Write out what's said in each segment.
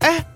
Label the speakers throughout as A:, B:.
A: 哎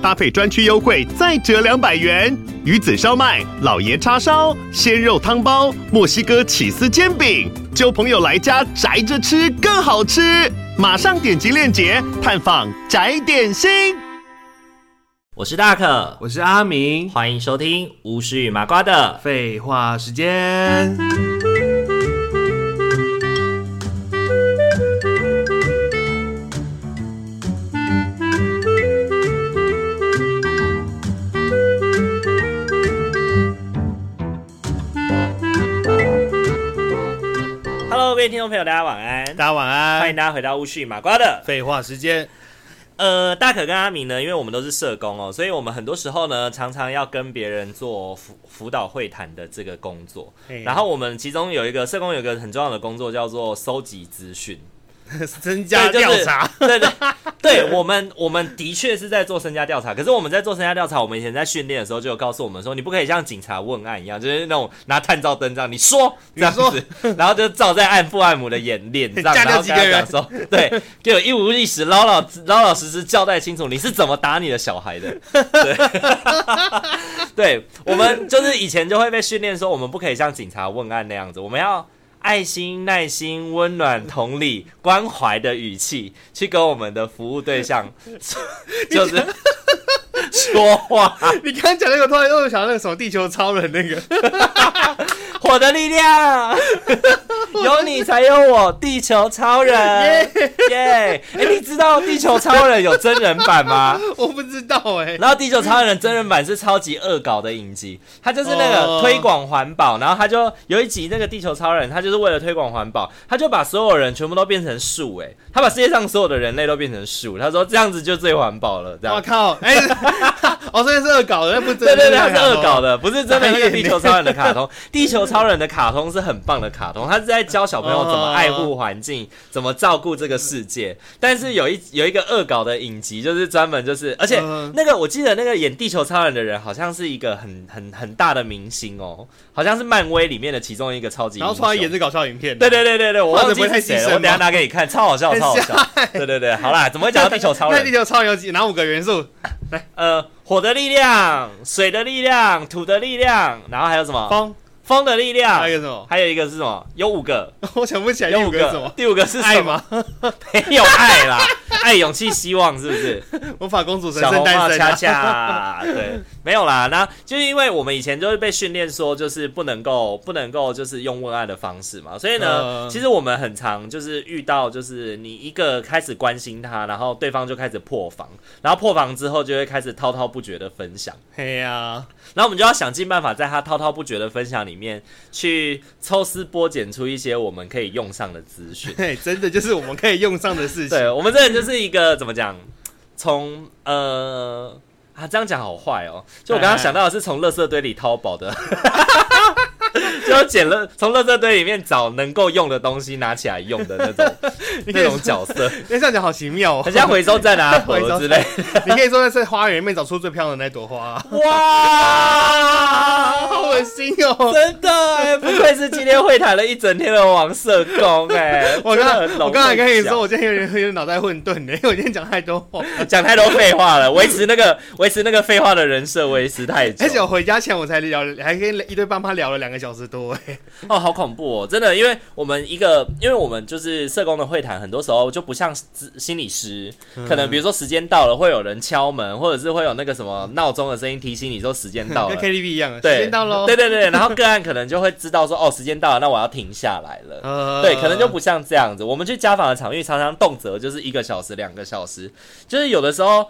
A: 搭配专区优惠再折两百元。鱼子烧麦、老爷叉烧、鲜肉汤包、墨西哥起司煎饼，就朋友来家宅着吃更好吃。马上点击链接探访宅点心。
B: 我是大可，
C: 我是阿明。
B: 欢迎收听巫师与麻瓜的。
C: 废话时间，
B: Hello，各位听众朋友，大家晚安。
C: 大家晚
B: 欢迎
C: 安。
B: 大家回到巫师与麻瓜的。
C: 废话时间，
B: 呃，大可跟阿明呢，因为我们都是社工哦，所以我们很多时候呢，常常要跟别人做辅辅导会谈的这个工作。
C: 嘿
B: 然后我们其中有一个社工有一个很重要的工作叫做搜集资讯，
C: 增加
B: 对就
C: 调
B: 是
C: 查。
B: 对对对，我们我们的确是在做身家调查，可是我们在做身家调查，我们以前在训练的时候就有告诉我们说，你不可以像警察问案一样，就是那种拿探照灯这样，你说这样子，然后就照在案父案母的眼脸上，
C: 加
B: 然
C: 掉
B: 后
C: 几
B: 跟
C: 个
B: 他讲
C: 人
B: 说， 对，就有一五一十老老老老实实交代清楚你是怎么打你的小孩的。 对，对我们就是以前就会被训练说，我们不可以像警察问案那样子，我们要。爱心、耐心、温暖、同理、关怀的语气去跟我们的服务对象， 就是 说话。
C: 你刚刚讲那个，突然又想到那个什么地球超人那个，
B: 火的力量，有你才有我，地球超人，耶！哎，你知道地球超人有真人版吗？
C: 我不知道哎、
B: 然后《地球超人》真人版是超级恶搞的影集，他就是那个
C: 哦
B: 推广环保，然后他就有一集那个《地球超人》，他就是为了推广环保，他就把所有人全部都变成树，哎，他把世界上所有的人类都变成树，他说这样子就最环保了，这
C: 我
B: 样。
C: 靠！哎、哦，所以是恶搞的，那不真
B: 对
C: 的。
B: 对对，他是恶搞
C: 的。
B: 的，不是真的那个地球超人的卡通。地球超人的卡通是很棒的卡通，他是在教小朋友怎么爱护环境，怎么照顾这个世界。但是有一有一个恶搞的影集，就是专门就是，而且
C: 嗯
B: 那个我记得那个演地球超人的人，好像是一个很很很大的明星哦，好像是漫威里面的其中一个超级英
C: 然后
B: 雄。
C: 突然演这搞笑影片。
B: 对对对对对，我
C: 画得
B: 忘记
C: 不太
B: 是谁
C: 牺
B: 了，我
C: 牲
B: 等一下
C: 吗
B: 拿给你看，超好笑，
C: 很
B: 超好笑。对对对，好啦，怎么会讲到地球超
C: 那
B: 人
C: 地？球超人有几哪五个元素？
B: 呃，火的力量、水的力量、土的力量，然后还有什么？
C: 风，
B: 风的力量，
C: 还有一个什么？
B: 还有一个是什么？有五个，
C: 我想不起来
B: 有
C: 第
B: 五
C: 五个是什么。
B: 第五个是
C: 爱
B: 什么？
C: 吗？
B: 没有爱 啦，爱、勇气、希望，是不是？
C: 魔法公主神
B: 小
C: 圣
B: 红帽
C: 诞生、
B: 恰
C: 啊。
B: 恰，对，没有啦。那就是因为我们以前就是被训练说，就是不能够不能够就是用问案的方式嘛，所以呢，
C: 嗯
B: 其实我们很常就是遇到，就是你一个开始关心他，然后对方就开始破防，然后破防之后就会开始滔滔不绝的分享。
C: 嘿呀、。
B: 然后我们就要想尽办法，在他滔滔不绝的分享里面，去抽丝剥茧出一些我们可以用上的资讯
C: 嘿，真的就是我们可以用上的事情。
B: 对我们这人就是一个怎么讲，从呃啊这样讲好坏哦，就我刚刚想到的是从垃圾堆里掏宝的。 就捡了从垃圾堆里面找能够用的东西拿起来用的那 种
C: 你可
B: 那
C: 以
B: 种角 色，
C: 那这样讲好奇妙哦
B: 很。像 回收站啊
C: 回收
B: 盒
C: 站
B: 之类。
C: 你可以说在花园里面找出最漂亮的那朵花、啊
B: 哇，
C: 好恶心哦！
B: 真的哎、不愧是今天会谈了一整天的王社工哎、
C: 我
B: 真的
C: 刚
B: 很笼
C: 我刚才跟你说，
B: 统
C: 我今天有点有点脑袋混沌的， 因为我今天讲太多话，
B: 讲讲太多废话了，维持那个 维持那个废话的人设维持太
C: 而且我
B: 久，
C: 回家前我才聊，还跟一堆爸妈聊了两个小时多，哎，
B: 哦，好恐怖哦，真的，因为我们一个，因为我们就是社工的会谈，很多时候就不像咨心理师，
C: 嗯
B: 可能比如说时间到了，会有人敲门，或者是会有那个什么闹钟的声音提醒你说时间到了
C: 嗯 跟，KTV 一样，时
B: 对，
C: 间到喽。
B: 对对对，然后个案可能就会知道说，哦，时间到了，那我要停下来了。
C: 呃
B: 对，可能就不像这样子。我们去家访的场域，常常动辄就是一个小时、两个小时，就是有的时候。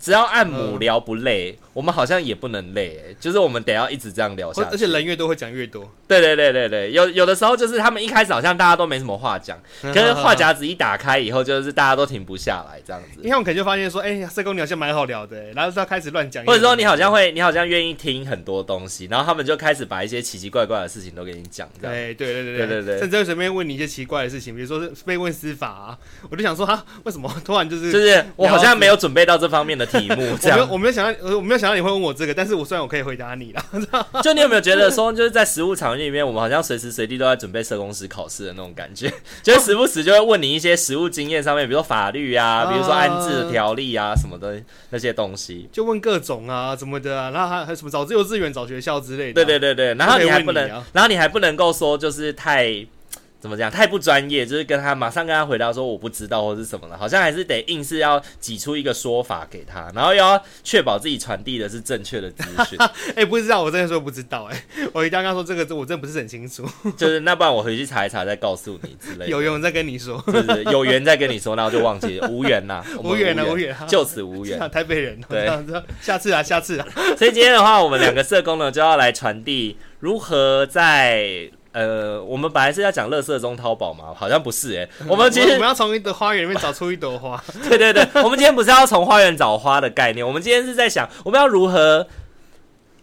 B: 只要按母聊不累，我们好像也不能累、欸，就是我们得要一直这样聊
C: 或
B: 下去。
C: 而且人越多会讲越多，
B: 对对对对对，有有的时候就是他们一开始好像大家都没什么话讲， 可是话匣子一打开以后，就是大家都停不下来这样子
C: 因。为我们可能就发现说，哎、社工你好像蛮好聊的、欸然后他开始乱讲，
B: 或者说你好像会，你好像愿意听很多东西，然后他们就开始把一些奇奇怪怪的事情都给你讲，这样。
C: 对对对
B: 对
C: 对
B: 对对
C: 甚至会随便问你一些奇怪的事情，比如说是被问司法、啊，我就想说哈，为什么突然就是
B: 就是我好像没有准备到这方面的题目，
C: 我
B: 这
C: 没有
B: 样。
C: 我没有想到呃我没有想到你会问我这个，但是我虽然我可以回答你啦，
B: 就你有没有觉得说，就是在实务场域里面，我们好像随时随地都在准备社工师考试的那种感觉？ 就是时不时就会问你一些实务经验上面，比如说法律啊，
C: 哦
B: 比如说安置的条例啊什么的那些东西。
C: 就问各种啊怎么的啊，然后还还有什么找幼稚园找学校之类的、
B: 对对对对，然后
C: 啊都可以
B: 你还
C: 问
B: 不能
C: 你啊，
B: 然后你还不能够说就是太。怎么讲？太不专业，就是跟他马上跟他回答说我不知道或是什么的，好像还是得硬是要挤出一个说法给他，然后又要确保自己传递的是正确的资 讯。
C: 哎、不知道，我真的说不知道、哎， 我一定要跟他说这个，我真的不是很清楚，
B: 就是那不然我回去查一查再告诉你之类的。
C: 有缘我再跟你说。
B: 就是有缘再跟你说，那我就忘记了无缘呐，我们
C: 无缘啊
B: 无
C: 无缘啊
B: 就此无
C: 啊
B: 缘。
C: 台北人哦，
B: 对
C: 这样子，下次啊，下次啊，
B: 所以今天的话，我们两个社工呢就要来传递如何在呃，我们本来是要讲乐色中淘宝嘛，好像不是哎、我们 其
C: 嗯我
B: 实
C: 们要从一朵花园里面找出一朵花，
B: 对对对，我们今天不是要从花园找花的概念，我们今天是在想我们要如何。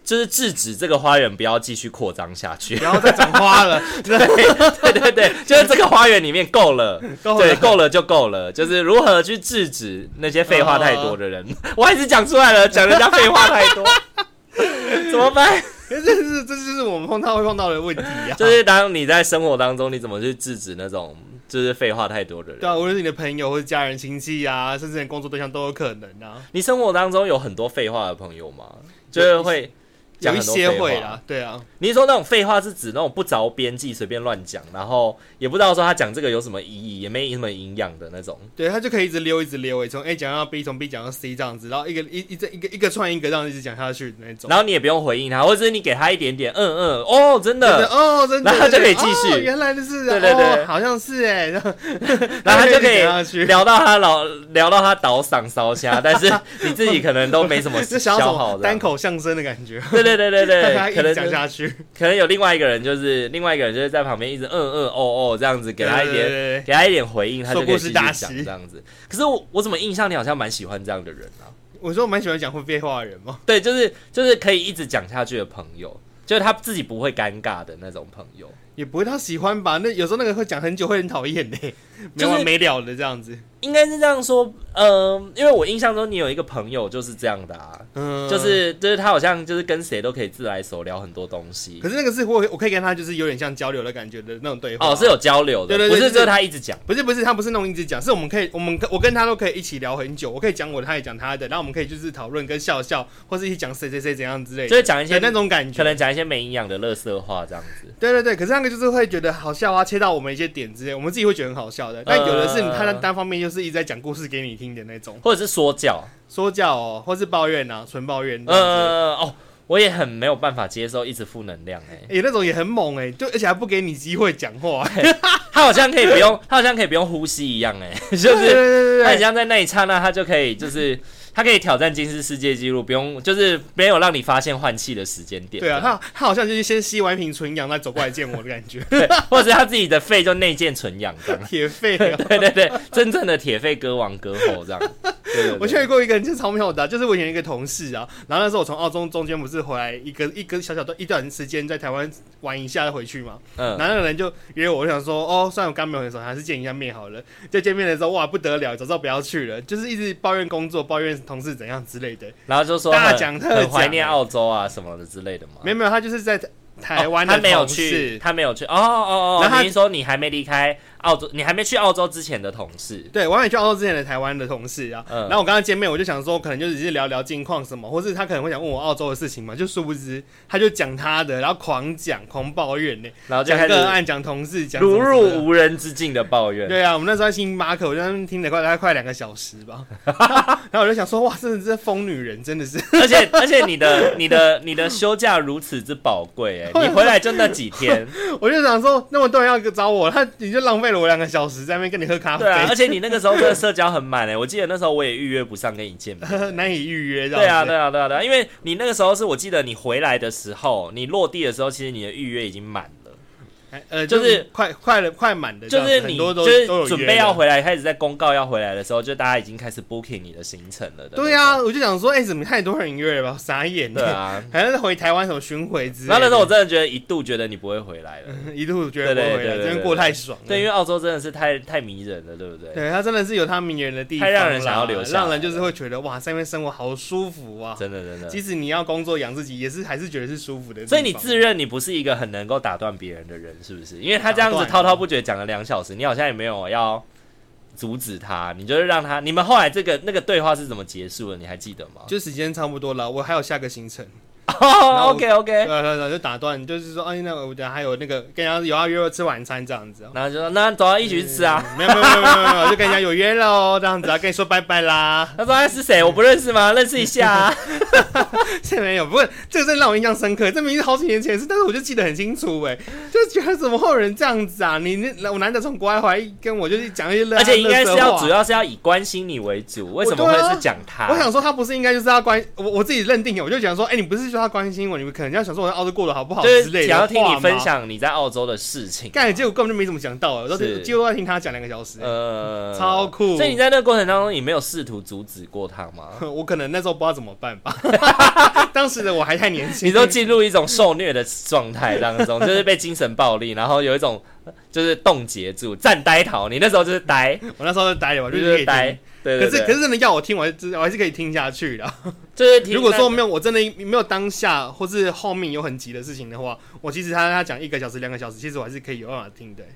B: 就是制止这个花园不要继续扩张下去。
C: 然后再长花了， 真的
B: 对对对，就是这个花园里面够了，
C: 够
B: 对，
C: 了。
B: 够了就够了，就是如何去制止那些废话太多的人。
C: 哦
B: 我还是讲出来了，讲人家废话太 多，怎么办？
C: 可是这是这就是我们碰到会碰到的问题啊，
B: 就是当你在生活当中，你怎么去制止那种就是废话太多的人？
C: 对啊，无论是你的朋友或者家人、亲戚啊，甚至你工作对象都有可能啊，
B: 你生活当中有很多废话的朋友吗？就是会
C: 有
B: 讲
C: 一
B: 很多
C: 些
B: 废
C: 会
B: 话
C: 啦。，对啊，
B: 你是说那种废话是指那种不着边际、随便乱讲，然后也不知道说他讲这个有什么意义，也没什么营养的那种。
C: 对他就可以一直溜，一直溜，哎，从 A 讲到 B，从 B 讲到 C 这样子，然后一个一一这一个一个串一个这样一直讲下去的那种。
B: 然后你也不用回应他，或者是你给他一点点嗯嗯哦，真
C: 对
B: 的，
C: 哦，真的，
B: 然后就可以
C: 真的
B: 继续
C: 哦原来的是啊，
B: 对对对
C: 哦好像是哎，然后
B: 然后他就可
C: 一直讲下
B: 以
C: 去，
B: 聊到他老聊到他倒嗓烧虾，但 是你自己可能都没什么
C: 就
B: 消
C: 想要什
B: 耗
C: 么
B: 的。
C: 单口相声的感觉，
B: 对对对对
C: 让 他
B: 对，
C: 一
B: 可
C: 直
B: 能
C: 讲下去，
B: 可能有另外一个人，就是另外一个人就是在旁边一直嗯嗯哦哦这样子，给他一
C: 对对
B: 点
C: 对对
B: 给他一点回应，他就可以
C: 说故
B: 继
C: 事
B: 续
C: 大
B: 讲
C: 师
B: 这样子。可是我我怎么印象你好像蛮喜欢这样的人啊？
C: 我说我蛮喜欢讲会废话的人哦嘛，
B: 对，就是就是可以一直讲下去的朋友，就是他自己不会尴尬的那种朋友。
C: 也不会他喜欢吧？那有时候那个会讲很久，会很讨厌的，欸 没
B: 就是
C: 完没了的这样子。
B: 应该是这样说，嗯、因为我印象中你有一个朋友就是这样的啊，
C: 嗯，
B: 就是就是他好像就是跟谁都可以自来熟聊很多东西
C: 可，是那个是我我可以跟他就是有点像交流的感觉的那种对话。
B: 哦，是有交流的，
C: 对对对
B: 不是
C: 就是
B: 就是他一直讲，
C: 不是不是，他不是那种一直讲，是我们可以，我们我跟他都可以一起聊很久，我可以讲我的，他也讲他的，然后我们可以就是讨论跟笑笑，或是一起讲谁谁谁怎样之类
B: 就
C: 的，
B: 是讲一些
C: 有那种感
B: 可
C: 觉。
B: 能讲一些没营养的垃圾话这样子。
C: 对对对，可是那个就是会觉得好笑啊，切到我们一些点之类，我们自己会觉得很好笑的。但有的是
B: 呃
C: 他单方面就是一直在讲故事给你听的那种，
B: 或者是说教，
C: 说教哦，或是抱怨啊，纯抱怨。呃，
B: 呃，哦，我也很没有办法接受一直负能量哎、
C: 也、那种也很猛哎、就而且还不给你机会讲话、
B: 他好像可以不 用，他好像可以不用呼吸一样哎、 就
C: 对对
B: 是他
C: 对对
B: 很
C: 对，
B: 像在那一刹那，他就可以就是他可以挑战金氏世界纪录，不用就是没有让你发现换气的时间点，
C: 对啊，他他好像就是先吸完一瓶纯氧，再走过来见我的感觉，
B: 对， 或者是他自己的肺就内建纯氧这样。
C: 铁肺啊。
B: 对对对，真正的铁肺歌王歌后这样。对对对
C: 我去过一个人，就是超妙的啊、就是我以前一个同事啊，然后那时候我从澳洲中间不是回来一个一个小小段一段时间在台湾玩一下再回去嘛，然
B: 嗯，
C: 后那个人就约我，我想说哦，虽然我刚没有很熟，还是见一下面好了。就见面的时候，哇，不得了，早知道不要去了，就是一直抱怨工作、抱怨同事怎样之类的。
B: 然后就说
C: 大
B: 很
C: 讲特
B: 很怀
C: 讲
B: 念
C: 欸
B: 澳洲啊什么的之类的嘛。
C: 没有没有，他就是在台湾、
B: 哦他没有去，，他没有去。哦哦哦
C: 然后，他
B: 你是说你还没离开澳洲，你还没去澳洲之前的同事？
C: 对，我也去澳洲之前的台湾的同事啊，
B: 嗯
C: 然后我跟他见面，我就想说，可能就只是聊聊近况什么，或是他可能会想问我澳洲的事情嘛，就殊不知他就讲他的，然后狂讲、狂抱怨呢、
B: 然后就
C: 讲
B: 开
C: 个
B: 始
C: 案、讲同事、讲什么
B: 如
C: 什么的
B: 入无人之境的抱怨。
C: 对啊，我们那时候在星巴克，我在那边听了快大概快两个小时 吧，然后我就想说，哇，真的是在疯女人，真的是，
B: 而且而且你的你的你的休假如此之宝贵哎，你回来就那几天，
C: 我就想说，那么多人要找我，他你就浪费了了我两个小时，在那边跟你喝咖啡，
B: 对啊，而且你那个时候真的社交很满哎、我记得那时候我也预约不上跟你见面。
C: 难以预约这
B: 啊对啊，
C: 样子。
B: 对啊，对啊，对啊，因为你那个时候是我记得你回来的时候，你落地的时候，其实你的预约已经满了，
C: 哎呃，
B: 就是
C: 就是快快了，快满哎的
B: 就
C: 这样子，
B: 是你
C: 很多都
B: 就
C: 都有
B: 是
C: 约
B: 准备要
C: 的。
B: 回来，开始在公告要回来的时候，就大家已经开始 booking 你的行程了的那种。
C: 对啊，我就想说，哎、怎么太多人约了吧？傻眼。
B: 对，啊。
C: 还是回台湾什么巡回之类的。
B: 然后那时候我真的觉得一度觉得你不会回来了，
C: 一路觉得不
B: 对对
C: 回
B: 对
C: 来，
B: 对
C: 这边
B: 对
C: 过
B: 对
C: 太爽了。
B: 对，因为澳洲真的是太太迷人了，对不对？
C: 对，它真的是有它迷人的地方
B: 太
C: 啦，
B: 让人想要留下来
C: 让人就是会觉得哇，在那边生活好舒服啊。
B: 真的真的
C: 即。使你要工作养自己，也是还是觉得是舒服的地方。
B: 所以你自认你不是一个很能够打断别人的人，是不是？因为他这样
C: 打
B: 子
C: 断啊
B: 滔滔不绝讲了两小时，你好像也没有要阻止他，你就是让他。你们后来这个那个对话是怎么结束的？你还记得 吗？
C: 就时间差不多了，我还有下个行程，
B: 哦，OK
C: 对啊
B: OK，
C: 对对，就打断，就是说，哎，那我等下还有那个跟人家有要约我吃晚餐这样子哦。
B: 然后就说那走啊，一起去吃啊。
C: 嗯！没有没有没有没有没有，就跟人家有约了哦，这样子啊，跟你说拜拜啦。
B: 他说哎他是谁？我不认识吗？认识一下 啊。
C: 这没有，不过这个真的让我印象深刻，这明明是好几年前的事，但是我就记得很清楚哎，就觉得怎么会有人这样子啊？你那我难得从国外回来，跟我就是讲一些垃，
B: 而且应该是要主
C: 要。
B: 要是要以关心你为主，为什么
C: 我对啊
B: 会是讲他？
C: 我想说，他不是应该就是要关我我自己认定的，我就想说，哎、你不是说他关心我，你们可能要想说我在澳洲过得好不好
B: 就
C: 之
B: 是
C: 类的，
B: 想要听你分。享你在澳洲的事情。
C: 干，结果根本就没怎么讲到，我都
B: 是
C: 几乎都在听他讲两个小时。
B: 呃
C: 超酷
B: 所以你在那个过程当中，你没有试图阻止过他吗？
C: 我可能那时候不知道怎么办 吧，当时的我还太年轻。
B: 你都进入一种受虐的状态当中，就是被精神暴力，然后有一种就是冻结住、站呆逃。你那时候就是呆，
C: 我那时候就呆了，我
B: 就
C: 就是可
B: 是
C: 以
B: 呆
C: 听。。
B: 对对
C: 可是
B: 对，
C: 可是真的要我听，我还是我还是可以听下去的。
B: 就是听
C: 如果
B: 那
C: 说没有我真的没有当下或是后面有很急的事情的话，我其实他他讲一个小时两个小时，其实我还是可以有办法听的、欸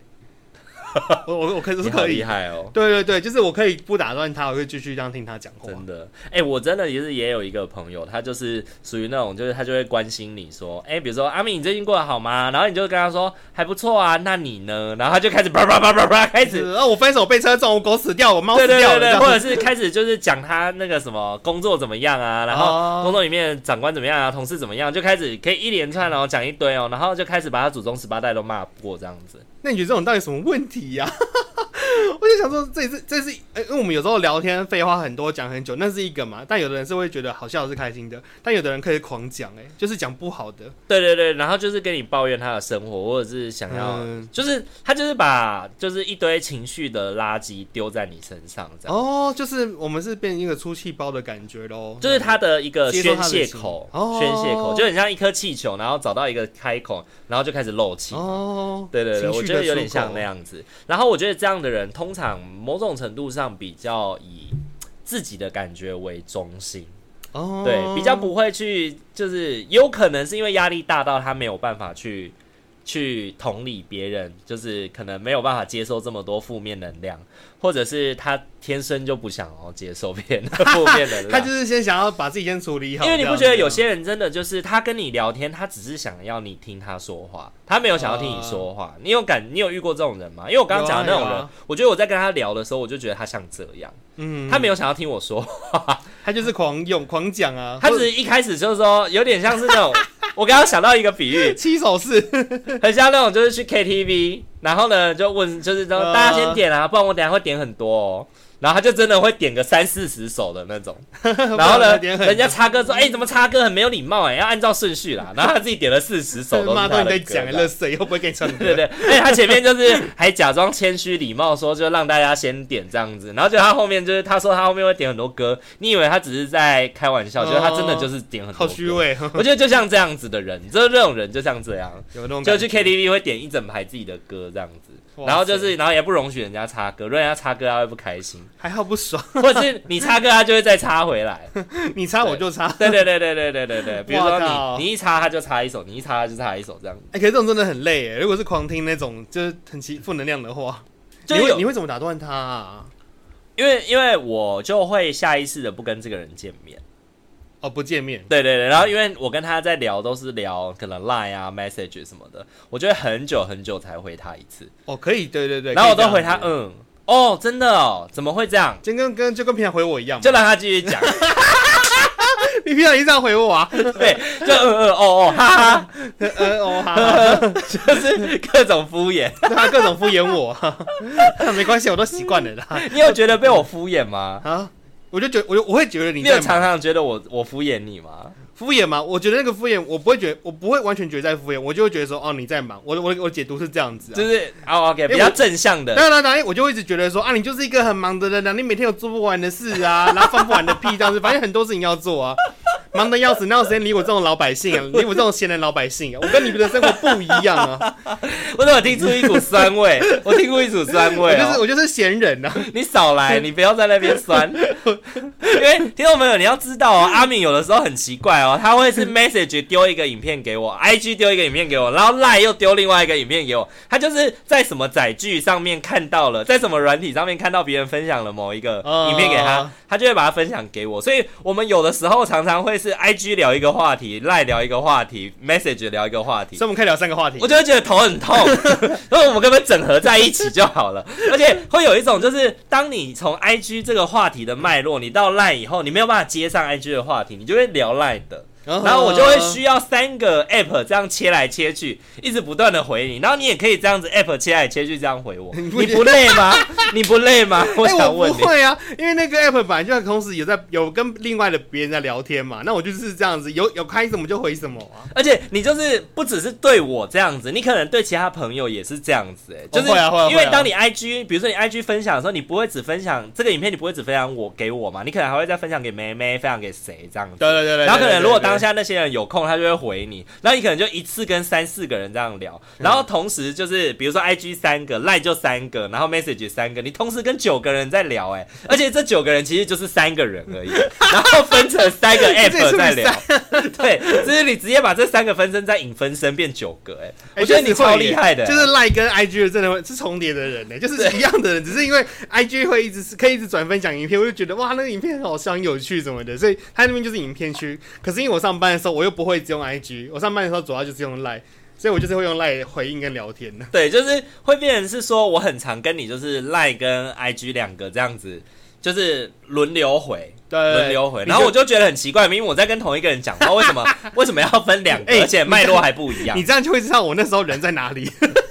C: 我我我可以是
B: 你好
C: 可以
B: 厉害 哦。
C: 对对对，就是我可以不打断他，我会继续这样听他讲话。
B: 真的，哎、我真的也是也有一个朋友，他就是属于那种，就是他就会关心你说，哎、比如说阿敏，你最近过得好吗？然后你就跟他说还不错啊，那你呢？然后他就开始叭叭叭叭叭开
C: 是
B: 始，
C: 啊，我分手被车撞，我狗死哦掉，我猫
B: 对
C: 死
B: 对
C: 掉
B: 对
C: 了，
B: 对，
C: 这
B: 或
C: 样
B: 者是开始就是讲他那个什么工作怎么样啊，然后
C: 哦
B: 工作里面长官怎么样啊，同事怎么样，就开始可以一连串哦讲一堆哦，然后就开始把他祖宗十八代都骂过这样子。
C: 那你觉得这种到底什么问题呀、 我就想说，这也是这是，呃因为我们有时候聊天废话很多，讲很久，那是一个嘛。但有的人是会觉得好笑是开心的，但有的人可以狂讲，哎，就是讲不好的。
B: 对对对，然后就是跟你抱怨他的生活，或者是想要，
C: 嗯
B: 就是他就是把就是一堆情绪的垃圾丢在你身上，这样。
C: 哦，就是我们是变一个出气包的感觉喽，
B: 就是他的一个
C: 接受
B: 宣
C: 他的
B: 泄
C: 心
B: 口，
C: 哦
B: 宣泄口就很像一颗气球，然后找到一个开口，然后就开始漏气。
C: 哦，
B: 对对对，
C: 情绪
B: 我觉
C: 的
B: 得有点
C: 出口
B: 像那。样子。然后我觉得这样的人，通常某种程度上比较以自己的感觉为中心，
C: 哦，
B: 对，比较不会去，就是有可能是因为压力大到他没有办法去去同理别人，就是可能没有办法接受这么多负面能量，或者是他天生就不想要接受别人的负面能量。
C: 他就是先想要把自己先处理好，
B: 因为你
C: 这
B: 不
C: 样
B: 觉得
C: 子
B: 有些人真的就是他跟你聊天，他只是想要你听他说话，他没有想要听你说话。你有感，你有遇过这种人吗？因为我刚刚讲的那种
C: 啊有啊
B: 人，
C: 有啊
B: 我觉得我在跟他聊的时候，我就觉得他像这样，
C: 嗯，
B: 他没有想要听我说，
C: 他就是狂用狂讲啊，
B: 他只
C: 或者
B: 是一开始就是说有点像是那 种，我刚刚想到一个比喻，
C: 七手式，
B: 很像那种就是去 KTV，然后呢就问就是说
C: 呃
B: 大家先点啊，不然我等一下会点很多哦。然后他就真的会点个三四十首的那种，然后呢，人家插歌说：“哎、怎么插歌很没有礼貌哎、要按照顺序啦。”然后他自己点了四十首都是
C: 妈
B: 他
C: 都
B: 的
C: 你在
B: 歌
C: 讲，
B: 这
C: 乐
B: 样
C: 色又不会给你唱歌，
B: 对对，而且他前面就是还假装谦虚礼貌说，就让大家先点这样子，然后就他后面就是他说他后面会点很多歌，你以为他只是在开玩笑，
C: 哦
B: 觉得他真的就是点很多
C: 好
B: 歌
C: 虚。伪，
B: 我觉得就像这样子的人，就是这种人就像这样，
C: 有那种
B: 就
C: 感
B: 去
C: 觉。
B: KTV 会点一整排自己的歌这样子，
C: 哇
B: 然后就是然后也不容许人家插歌，如果人家插歌他会不开心，
C: 还好不 爽，
B: 或者是你插歌他就会再插回来。
C: 你插我就插。
B: 对
C: 哎、
B: 对对对对对对对，比如
C: 哇
B: 说
C: 靠
B: 你你一插他就插一首，你一插他就插一首这样，
C: 哎可是这种真的很累耶。如果是狂听那种就是很其负能量的话，
B: 就
C: 你
B: 有
C: 会你会怎么打断他、啊？
B: 因为因为我就会下意识的不跟这个人见面，
C: 哦，不见面，
B: 对对对，然后因为我跟他在聊都是聊可能 Line 啊 message 什么的，我就会很久很久才回他一次，
C: 哦，可以，对对对。
B: 然后我
C: 可以
B: 都回
C: 这样
B: 他
C: 子，
B: 嗯哦真的哦怎么会这样，
C: 就跟跟就跟平常回我一样嘛，
B: 就让他继续讲，
C: 你平常也这样回我啊？
B: 对，就呃呃哦哦哈哈，
C: 呃哦，哈哈，
B: 就是各种敷衍。
C: 对他各种敷衍我， 没关系，我都习惯了啦。
B: 你有觉得被我敷衍吗？
C: 啊，我就觉我就我会觉得你
B: 你有
C: 在
B: 常
C: 忙
B: 常觉得我我敷衍你吗？
C: 敷衍吗？我觉得那个敷衍，我不会觉我不会完全觉得在敷衍，我就会觉得说哦你在忙。我的我的我的解读是这样子、啊。
B: 就是哦 OK，
C: 为
B: 比较正向的。
C: 当然，当然，我就会一直觉得说啊，你就是一个很忙的人啊，你每天有做不完的事啊，然后放不完的屁，这样子，反正很多事情要 做啊，忙得要死，哪有时间理我这种老百姓啊，理我这种闲人老百姓啊？我跟你们的生活不一样啊，
B: 我怎么听出一股酸 味？我听出一股酸
C: 我
B: 味
C: 就是
B: 哦！
C: 我就是闲 人啊。
B: 你少来，你不要在那边酸。因为听众朋友，你要知道哦，阿敏有的时候很奇怪哦，他 会是 message 丢一个影片给我，IG 丢一个影片给我，然后 Line 又丢另外一个影片给我。他就是在什么载具上面看到了，在什么软体上面看到别人分享了某一个
C: 哦
B: 影片给他，他就会把它分享给我。所以我们有的时候常常会是 IG 聊一个话题，Line 聊一个话题，message 聊一个话题
C: 所以。我们可以聊三个话题
B: 我。就会觉得头很痛， 然后我们根本整合在一起就好了。而且会有一种，就是当你从 IG 这个话题的脉络，你到 Line 以后，你没有办法接上 IG 的话题，你就会聊 Line 的。
C: 然
B: 然后我就会需要三个 app 这样切来切去，一直不断的回你。然后你也可以这样子 app 切来切去这样回我，
C: 你
B: 你
C: 不
B: 不累吗？你不累吗？我
C: 哎、
B: 想
C: 我
B: 问
C: 不
B: 你，
C: 会啊，因为那个 app 本来就同时有在有跟另外的别人在聊天嘛，那我就是这样子，有有开什么就回什么啊。
B: 而且你就是不只是对我这样子，你可能对其他朋友也是这样子、哎，就是
C: 哦会啊会啊会啊
B: 因为当你 IG，比如说你 IG 分享的时候，你不会只分享这个影片，你不会只分享我给我嘛，你可能还会再分享给妹妹，分享给谁这样子。
C: 对对对对。
B: 然后可能如果当
C: 下
B: 下那些人有空，他就会回你，然后你可能就一次跟三四个人这样聊，然后同时就是比如说 IG 三个，Line 就三个，然后 Message 三个，你同时跟九个人在聊、哎，而且这九个人其实就是三个人而已，然后分成三个 App 在聊，对，就是你直接把这三个分身再引分身变九个、哎，我觉得你超厉害的、
C: 就是赖跟 IG 的真的会是重叠的人呢、就是一样的人，只是因为 IG 会一直是可以一直转分享影片，我就觉得哇，那个影片很好笑、很有趣什么的，所以他那边就是影片区。可是因为我上班的时候我又不会只用 IG，我上班的时候主要就是用赖，所以我就是会用赖回应跟聊天的。
B: 对，就是会变成是说，我很常跟你就是赖跟 IG 两个这样子，就是轮流回，
C: 对
B: 轮流回。
C: 呃你就
B: 然后我就觉得很奇怪，明明我在跟同一个人讲话，为什么 为什么要分两个，
C: 哎
B: 而且脉络还不一样
C: 你？这样就会知道我那时候人在哪里。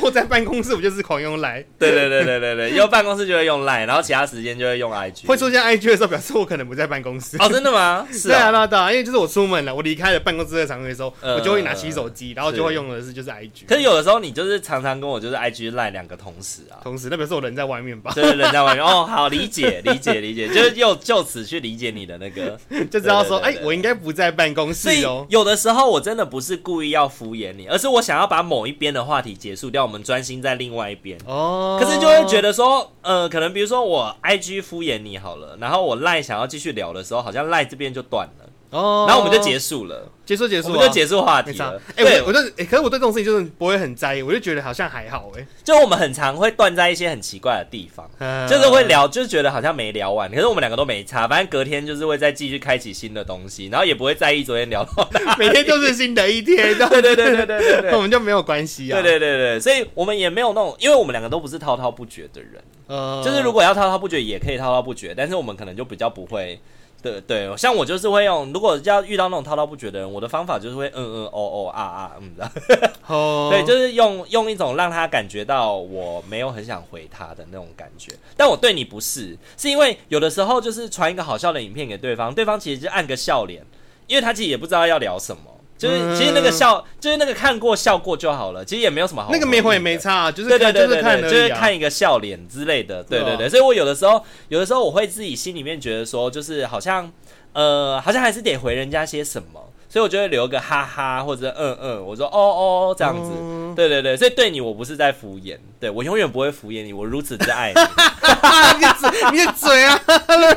C: 我在办公室，我就是狂 用来。
B: 对对对对对对，因为办公室就会用赖，然后其他时间就会用 IG。
C: 会出现 IG 的时候，表示我可能不在办公室。
B: 哦，真的吗？是
C: 对啊，
B: 啊，
C: 对啊，对啊，因为就是我出门了，我离开了办公室的场合的时候，
B: 呃
C: 我就会拿起手机，然后就会用的是就是 IG。
B: 可是有的时候你就是常常跟我就是 IG 赖两个同时啊。
C: 同时，那表示我人在外面吧，
B: 就是人在外面哦，好理 解理解理解，就是又就此去理解你的那个
C: 就知道说，
B: 对对
C: 哎
B: 对，对
C: 我应该不在办公室
B: 所以
C: 哦。
B: 有的时候我真的不是故意要敷衍你，而是我想要把某一边的话题结束掉，我们专心在另外一边。
C: 哦，
B: 可是就会觉
C: 得
B: 得说，呃，可能比如说我 IG 敷衍你好了，然后我赖想要继续聊的时候，好像赖这边就断了，
C: 哦，
B: 然后我们就结束了，
C: 结束结
B: 我
C: 束啊，
B: 们就结束话
C: 没
B: 题
C: 差
B: 了。。
C: 哎，
B: 对
C: 我，我就哎，可是我对这种事情就是不会很在意，我就觉得好像还好哎
B: 就我们很常会断在一些很奇怪的地方。，
C: 呃
B: 就是会聊，就是觉得好像没聊完，可是我们两个都没差，反正隔天就是会再继续开启新的东西，然后也不会在意昨天 聊到哪。
C: 每天都是新的一天，这 样
B: 对对对对对对对
C: 我，们就没有关系啊。
B: 对对对对，所以我们也没有那种，因为我们两个都不是滔滔不绝的人，
C: 呃，
B: 就是如果要滔滔不绝，也可以滔滔不绝，但是我们可能就比较不会。对对，像我就是会用，如果要遇到那种滔滔不绝的人，我的方法就是会嗯嗯哦哦啊啊嗯的，
C: 哦，
B: 对，就是用用一种让他感觉到我没有很想回他的那种感觉。但我对你不是，是因为有的时候就是传一个好笑的影片给对方，对方其实就按个笑脸，因为他其实也不知道要聊什么，
C: 嗯
B: 就是其实那个笑，就是那个看过笑过就好了，其实也没有什么好
C: 那个没
B: 回
C: 回
B: 忆
C: 也
B: 的
C: 没差啊，就是
B: 对对
C: 看
B: 对
C: 就是
B: 对
C: 看而已
B: 对，
C: 啊
B: 就是看一个笑脸之类的，对对
C: 对
B: 对，
C: 啊
B: 所以我有的时候，有的时候我会自己心里面觉得说，就是好像，呃，好像还是得回人家些什么，所以我就会留个哈哈或者嗯嗯，我说哦哦这样子，
C: 嗯
B: 对对对，所以对你我不是在敷衍，对我永远不会敷衍你，我如此之爱你，
C: 啊，你的嘴，你的嘴啊，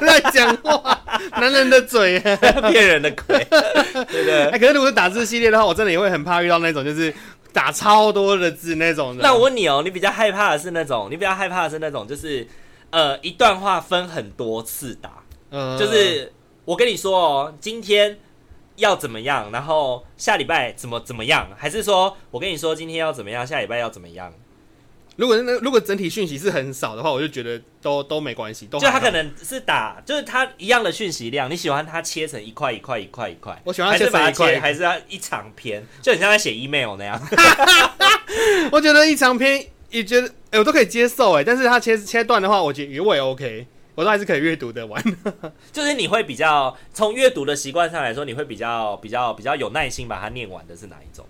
C: 乱讲话，男人的 嘴。
B: 骗人的 鬼，对对
C: 哎、可是如果是打字系列的话，我真的也会很怕遇到那种就是打超多的字那种的。
B: 那我问你哦，你比较害怕的是那种，你比较害怕的是那种，就是呃一段话分很多次打。
C: 呃
B: 就是我跟你说哦，今天要怎么样，然后下礼拜怎么怎么样，还是说我跟你说今天要怎么样，下礼拜要怎么样？
C: 如果那如果整体讯息是很少的话，我就觉得都都没关系，都
B: 就
C: 还
B: 他
C: 好
B: 可能是打，就是他一样的讯息量，你喜欢他切成一块一块一块一块，
C: 我喜欢它
B: 还是
C: 切成
B: 把它
C: 一块一
B: 切，
C: 块
B: 还是要一长篇，就很像在写 email 那样。
C: 我觉得一长篇也觉得，哎、我都可以接受哎，但是他切切断的话，我觉得我也 OK，我都还是可以阅读的完。
B: 就是你会比较从阅读的习惯上来说，你会比较比较比较有耐心把它念完的是哪一种？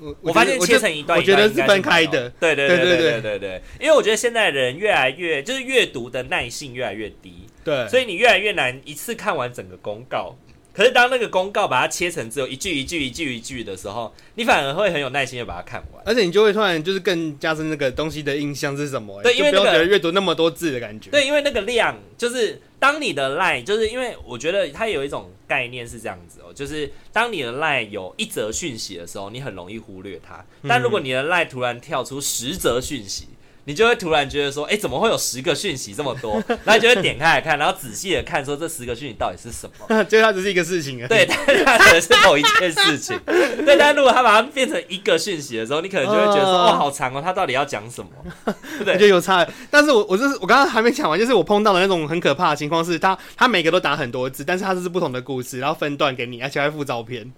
C: 我
B: 我发现
C: 觉得
B: 切成一段，
C: 我觉得是分开的。。
B: 对对对
C: 对
B: 对
C: 对
B: 对对对，因为我觉得现在人越来越就是阅读的耐性越来越低，
C: 对，
B: 所以你越来越难一次看完整个公告。可是当那个公告把它切成只有一句一句一句一句的时候，你反而会很有耐心的把它看完。
C: 而且你就会突然就是更加深那个东西的印象是什么、哎
B: 对
C: 就
B: 因为
C: 不用
B: 那
C: 觉
B: 个
C: 得阅读那么多字的感觉。，
B: 对，因为那个量就是当你的 line，就是因为我觉得它有一种概念是这样子哦，就是当你的 line 有一则讯息的时候，你很容易忽略它。
C: 嗯
B: 但如果你的 line 突然跳出十则讯息，你就会突然觉得说，哎、怎么会有十个讯息这么 多？然后你就会点开来看，然后仔细的看，说这十个讯息到底是什么。
C: 就是它只是一个事情而已。
B: 对，但它可能是某一件事情。对，但如果它把它变成一个讯息的时候，你可能就会觉得说，
C: 嗯
B: 哦，好长哦，它到底要讲 什么？
C: 我觉得有差。欸但是我我就是我刚刚还没讲完，就是我碰到的那种很可怕的情况是，他他每个都打很多字，但是他这是不同的故事，然后分段给你，而且还附照片，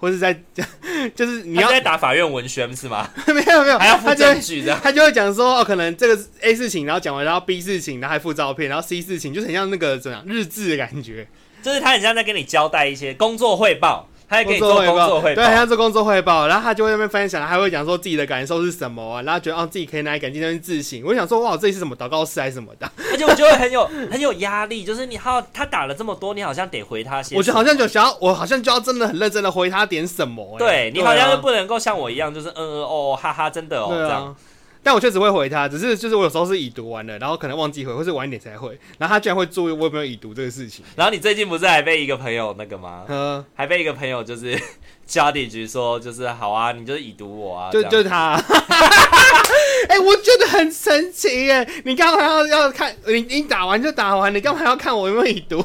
C: 或是在 就是你
B: 你
C: 要
B: 要在打法院文宣是吗？
C: 没 有没有，
B: 还要附
C: 他就会
B: 证据这样。
C: 他就会讲说哦，可能这个是 A 事情，然后讲完，然后 B 事情，然后还附照片，然后 C 事情，就是很像那个怎么样日志的感觉，
B: 就是他很像在跟你交代一些工作汇报，他在给你做工作汇
C: 对，很
B: 报。
C: 像做工作汇报，然后他就会在那边分享，还会讲说自己的感受是什么、啊，然后觉得哦自己可以哪里改进，那边自省。我想说哇，这里是什么祷告室还是什么的，
B: 而且我就会很有 很有压力，就是你好，他打了这么多，你好像得回他些什么。
C: 我觉得好像就想要，我好像就要真的很认真的回他点什么、欸，
B: 对你好像就
C: 啊
B: 不能够像我一样，就是嗯嗯哦哦哈哈，真的哦
C: 对
B: 这样。
C: 啊。但我确实会回他，只是就是我有时候是已读完了，然后可能忘记回，或是晚一点才回，然后他居然会注意我有没有已读这个事 情。
B: 然后你最近不是还被一个朋友那个吗？
C: 嗯，
B: 还被一个朋友就是 交底局说，就是好啊，你就是已读我啊，这
C: 就
B: 样
C: 就他， 哎、我觉得很神奇耶！你干嘛要要看？你你打完就打完，你干嘛要看我有没有已读？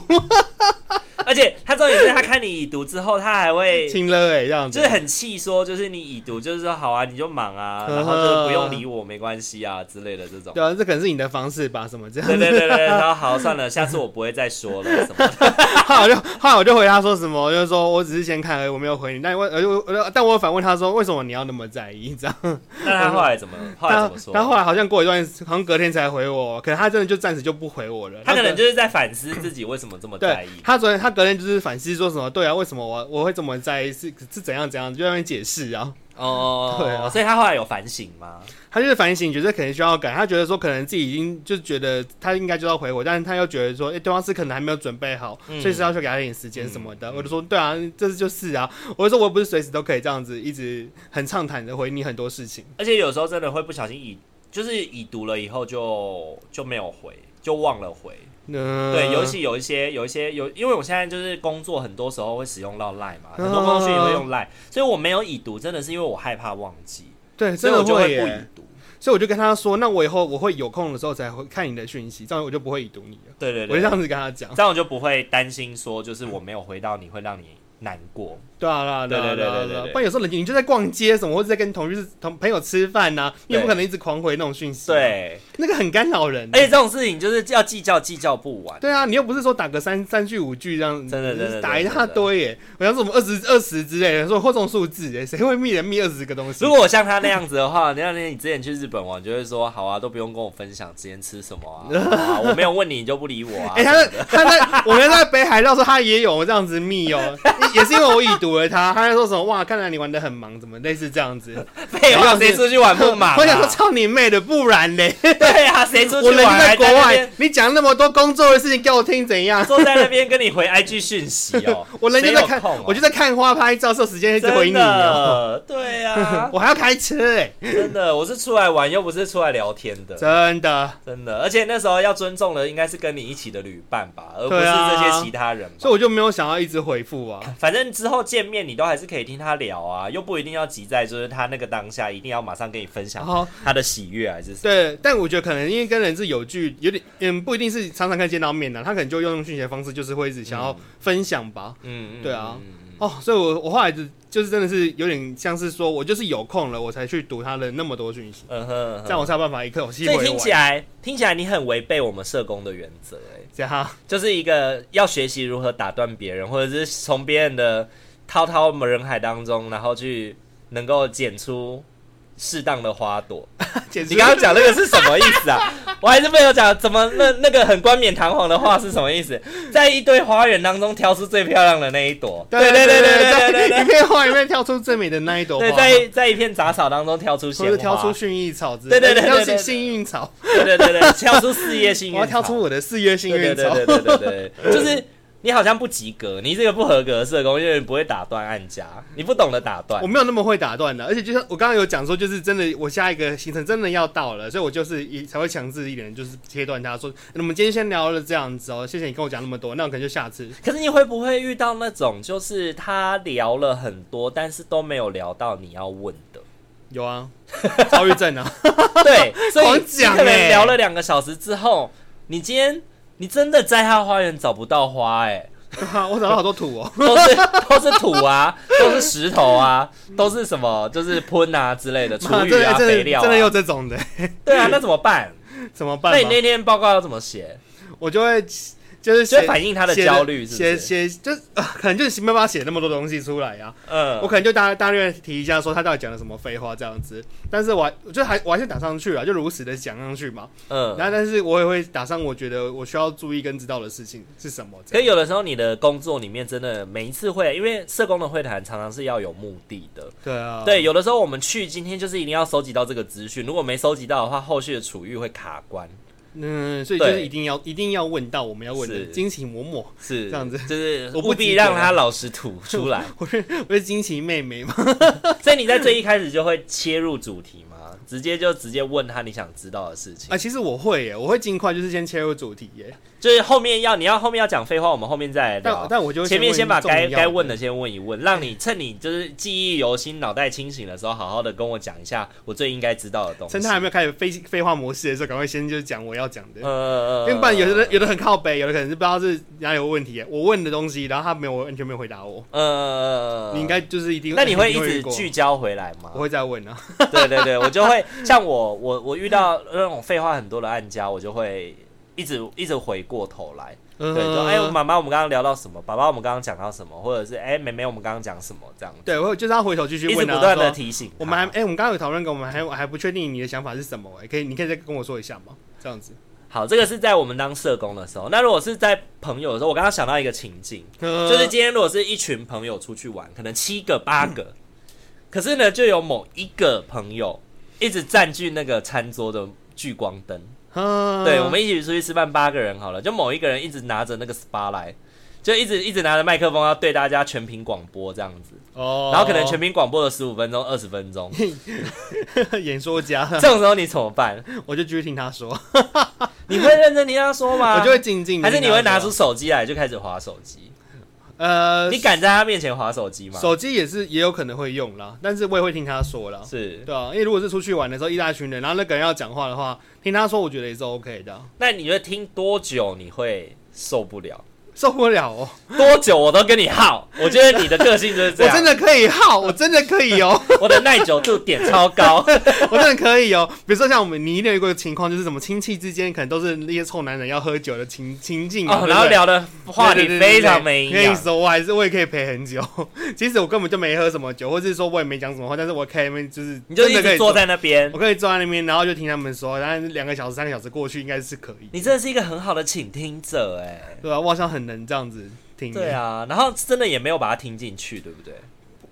B: 而且他重点是他看你已读之后，他还会
C: 亲了哎，这样子
B: 就是很气说，就是你已读，就是说好啊，你就忙 啊，然后就是不用理我，没关系啊之类的这种。
C: 对啊，这可能是你的方式吧？什么这 样
B: 对
C: 子？
B: 对对对，然后好算了，下次我不会再说了什么 的。
C: 后来我就后来我就回他说什么，就是说我只是先看而已，我没有回你。但我我就我就但我有反问他说，为什么你要那么在意这样？
B: 那他后来怎么后来
C: 但
B: 怎么说？
C: 但后来好像过一段，好像隔天才回我，可能他真的就暂时就不回我了。
B: 他可能
C: 就
B: 就是在反思自己为什么这么在
C: 对
B: 意。
C: 他昨天他隔天就是反思说什么，对啊，为什么我我会这么在意是是怎样怎样，就在那边解释啊。
B: 哦，
C: 对啊
B: 所以他后来有反省吗？
C: 他就是反省，觉得可能需要改。他觉得说，可能自己已经就是觉得他应该就要回我，但是他又觉得说，哎、对方是可能还没有准备好，
B: 嗯
C: 所以是要去给他一点时间什么的。我就说，对啊，这是就是啊。我就说，我不是随时都可以这样子一直很畅谈的回你很多事情。
B: 而且有时候真的会不小心已就是已读了以后就就没有回，就忘了回。
C: 嗯、
B: 对，尤其有一些有一些有，因为我现在就是工作，很多时候会使用到 Line 嘛，很多工作也会
C: 嗯
B: 用 Line，所以我没有已读，真的是因为我害怕忘记，
C: 对，
B: 所
C: 真
B: 以我
C: 的
B: 就
C: 会
B: 会不已
C: 耶。
B: 读。
C: 所以我就跟他说，那我以后我会有空的时候才会看你的讯息，这样我就不会已读你了。
B: 对对
C: 我就这
B: 对，
C: 样子跟他讲。
B: 这样我就不会担心说就是我没有回到你会让你难过。
C: 对啊，对啊，
B: 对对对
C: 对啊
B: 对
C: 对
B: 对
C: 啊
B: 对。
C: 不然有时候你你就在逛街什么，或者在跟同事同朋友吃饭呐、你也不
B: 对
C: 可能一直狂回那种讯息。。啊
B: 对，
C: 那个很干扰人。
B: 而且这种事情就是要计较，计较不完。
C: 对啊，你又不是说打个三三句五句这样，
B: 真的真的
C: 就是打一大堆耶。我想说我们二十二十之类的，说或这种数字耶，谁会密人密二十个东西？
B: 如果我像他那样子的话，那那你之前去日本玩，你就会说好啊，都不用跟我分享之前吃什么啊，好啊我没有问你，你就不理我啊。
C: 哎、他在他在我们在北海道说他也有这样子密哦，也是因为我已读了他，他在说什么哇，看来你玩的很忙，怎么类似这样子？
B: 废话，谁出去玩不忙、啊？
C: 我想说操你妹的，不然嘞，
B: 对啊，谁出去
C: 我人
B: 玩
C: 就
B: 还
C: 在国
B: 那
C: 外
B: 边，
C: 你讲那么多工作的事情给我听怎 样？
B: 坐在那边跟你回 IG 讯息哦
C: ？我人就
B: 谁
C: 在
B: 有
C: 看，
B: 空哦
C: 我就在看花拍照，是有时间一直
B: 真
C: 回你哦。
B: 的， 对啊，
C: 我还要开车哎，
B: 真的，我是出来玩，又不是出来聊天的。
C: 真的。
B: 真的，而且那时候要尊重的应该是跟你一起的旅伴吧，而不是
C: 对啊
B: 这些其他人吧。
C: 所以我就没有想要一直回复啊。
B: 反正之后见面你都还是可以听他聊啊，又不一定要急在就是他那个当下一定要马上跟你分
C: 然
B: 享
C: 后
B: 他的喜悦还是什么。
C: 哦对，啊但我觉得可能因为跟人是有距，有点嗯，不一定啊是常常可以见到面的、他可能就用讯息的方式，就是会一直想要分享吧。
B: 嗯，嗯
C: 对啊
B: 嗯嗯嗯
C: 哦，所以我我后来就就是真的是有点像是说，我就是有空了，我才去读他的那么多讯息，
B: 嗯哼，嗯哼
C: 这样我才有办法一口气
B: 所
C: 回
B: 以
C: 完。
B: 听起来听起来你很违背我们社工的原则、欸，
C: 这样，
B: 就是一个要学习如何打断别人，或者是从别人的滔滔人海当中，然后去能够剪出适当的花朵。
C: 简直
B: 你刚刚讲那个是什么意思 啊？我还是没有讲，怎么那那个很冠冕堂皇的话是什么意思？在一堆花园当中挑出最漂亮的那一朵。
C: 对
B: 对对
C: 对对
B: 对对
C: 一
B: 对。
C: 片花里面跳出最美的那一朵花，
B: 对，在在一片杂草当中挑出
C: 或
B: 鲜
C: 者
B: 花，
C: 挑出薰衣草之
B: 对
C: 类的，
B: 对对对
C: 挑
B: 对
C: 出
B: 对
C: 幸运草，
B: 对对对对，挑出四叶幸运草，
C: 我要挑出我的四月幸
B: 对
C: 运草。
B: 对对对对对，就是你好像不及格，你这个不合格的社工，因为你不会打断按家，你不懂得打断
C: 我。没有那么会打断的，而且就像我刚刚有讲说，就是真的，我下一个行程真的要到了，所以我就是也才会强制一点，就是切断他说，那我们今天先聊了这样子哦，谢谢你跟我讲那么多，那我可能就下次。
B: 可是你会不会遇到那种，就是他聊了很多，但是都没有聊到你要问 的？
C: 有啊，躁郁 症啊，
B: 对，所以
C: 狂
B: 你
C: 讲
B: 可能
C: 欸
B: 聊了两个小时之后，你今天你真的在他花园找不到花、 欸，
C: 我找到好多土 哦。
B: 都是都是土啊，都是石头啊，都是什么，就是喷啊之 类的厨
C: 妈
B: 余
C: 真
B: 啊、
C: 的真
B: 肥
C: 的
B: 料、啊，
C: 真的有这种的，
B: 对啊，那怎么办？
C: 怎么办
B: 那
C: 嘛？
B: 你那天报告要怎么写？
C: 我就会就是
B: 就
C: 写
B: 会反映他的
C: 写
B: 焦虑是不
C: 写
B: 是
C: 写就是、啊可能就是没办法写那么多东西出来啊。
B: 嗯
C: 我可能就大大略提一下说他到底讲了什么废话这样子，但是我还我就还我还是打上去了，就如实的讲上去嘛。
B: 嗯，
C: 然后，但是我也会打上我觉得我需要注意跟知道的事情是什么。这
B: 可
C: 样
B: 有的时候你的工作里面真的每一次会，因为社工的会谈常常是要有目的的。
C: 对啊，
B: 对，有的时候我们去今天就是一定要收集到这个资讯，如果没收集到的话，后续的处遇会卡关。
C: 嗯，所以就是
B: 对
C: 一定要一定要问到我们要问的
B: 是
C: 惊喜嬷嬷，
B: 是
C: 这样子
B: 就是
C: 我不
B: 务必
C: 及格
B: 让他老实吐出来。
C: 我是我是惊喜妹妹嘛。
B: 所以你在最一开始就会切入主题吗？直接就直接问他你想知道的事情，
C: 啊，其实我会耶，我会尽快就是先切入主题耶，
B: 就是后面要你要后面要讲废话，我们后面再来
C: 但
B: 聊。
C: 但我就会
B: 前面
C: 问
B: 先把
C: 重要
B: 该该问
C: 的
B: 的先问一问，让你趁你就是记忆犹新、脑袋清醒的时候，好好的跟我讲一下我最应该知道的东西。
C: 趁他还没有开始废废话模式的时候，赶快先就是讲我要讲的。
B: 呃，
C: 因为不然有的人有的很靠北，有的可能是不知道是哪里有问题耶。我问的东西，然后他没有完全没有回答我，
B: 呃，
C: 你应该就是一定。
B: 那你会一
C: 定
B: 直
C: 遇过
B: 聚焦回来吗
C: 我？会再问啊。
B: 对对对，我就会像我我我遇到那种废话很多的案家，我就会一直一直回过头来，
C: 对
B: 对，
C: 嗯
B: 就哎妈妈我们刚刚聊到什么，爸爸我们刚刚讲到什么，或者是哎妹妹我们刚刚讲什么这样，
C: 对，我就是要回头继续
B: 一直
C: 问啊
B: 不断的
C: 说
B: 提醒他。
C: 我们还哎、我们刚刚有讨论过，我们还我还不确定你的想法是什么、哎，可以，你可以再跟我说一下吗？这样子，
B: 好，这个是在我们当社工的时候，那如果是在朋友的时候，我刚刚想到一个情境。
C: 就
B: 就是今天如果是一群朋友出去玩，可能七个八个，可是呢，就有某一个朋友一直占据那个餐桌的聚光灯。对，
C: 嗯
B: 我们一起出去吃饭，八个人好了，就某一个人一直拿着那个 SPA 来，就一直一直拿着麦克风要对大家全屏广播这样子，
C: 哦，
B: 然后可能全屏广播了十五分钟、二十分钟，
C: 全 演说家，
B: 这种时候你怎么办？
C: 我就继续听他说，
B: 你会认真听他说吗？
C: 我就会静静地
B: 啊还是
C: 听他说，
B: 你会拿出手机来就开始划手机？
C: 呃，
B: 你敢在他面前划手机吗？
C: 手机也是也有可能会用啦，但是我也会听他说啦。
B: 是，
C: 对啊，因为如果是出去玩的时候，一大群人，然后那个人要讲话的话，听他说，我觉得也是 OK 的啊，
B: 那你觉得听多久你会受不了？
C: 受不了哦，
B: 多久我都跟你耗，我觉得你的个性就是啊这
C: 我
B: 样。
C: 真的可以耗，我真的可以哦，
B: 我的耐久度点超 高。
C: 我真的可以哦。比如说像我们，你一定有一个情况，就是什么亲戚之间可能都是那些臭男人要喝酒的情情境
B: 哦，
C: 嘛、对不对
B: 然后聊的话题非常没营
C: 对对对对对
B: 养
C: 可以。说，我还是我也可以陪很久。 其实我根本就没喝什么酒，或是说我也没讲什么话，但是我可以就是
B: 你就一
C: 真的可
B: 直
C: 以
B: 坐，在那边
C: 我，可以坐在那边，然后就听他们说，但是两个小时、三个小时过去应该是可以，
B: 你真的是一个很好的倾听者哎。
C: 对吧、啊我好像很能这样子听。
B: 对，啊，然后真的也没有把它听进去，对不对？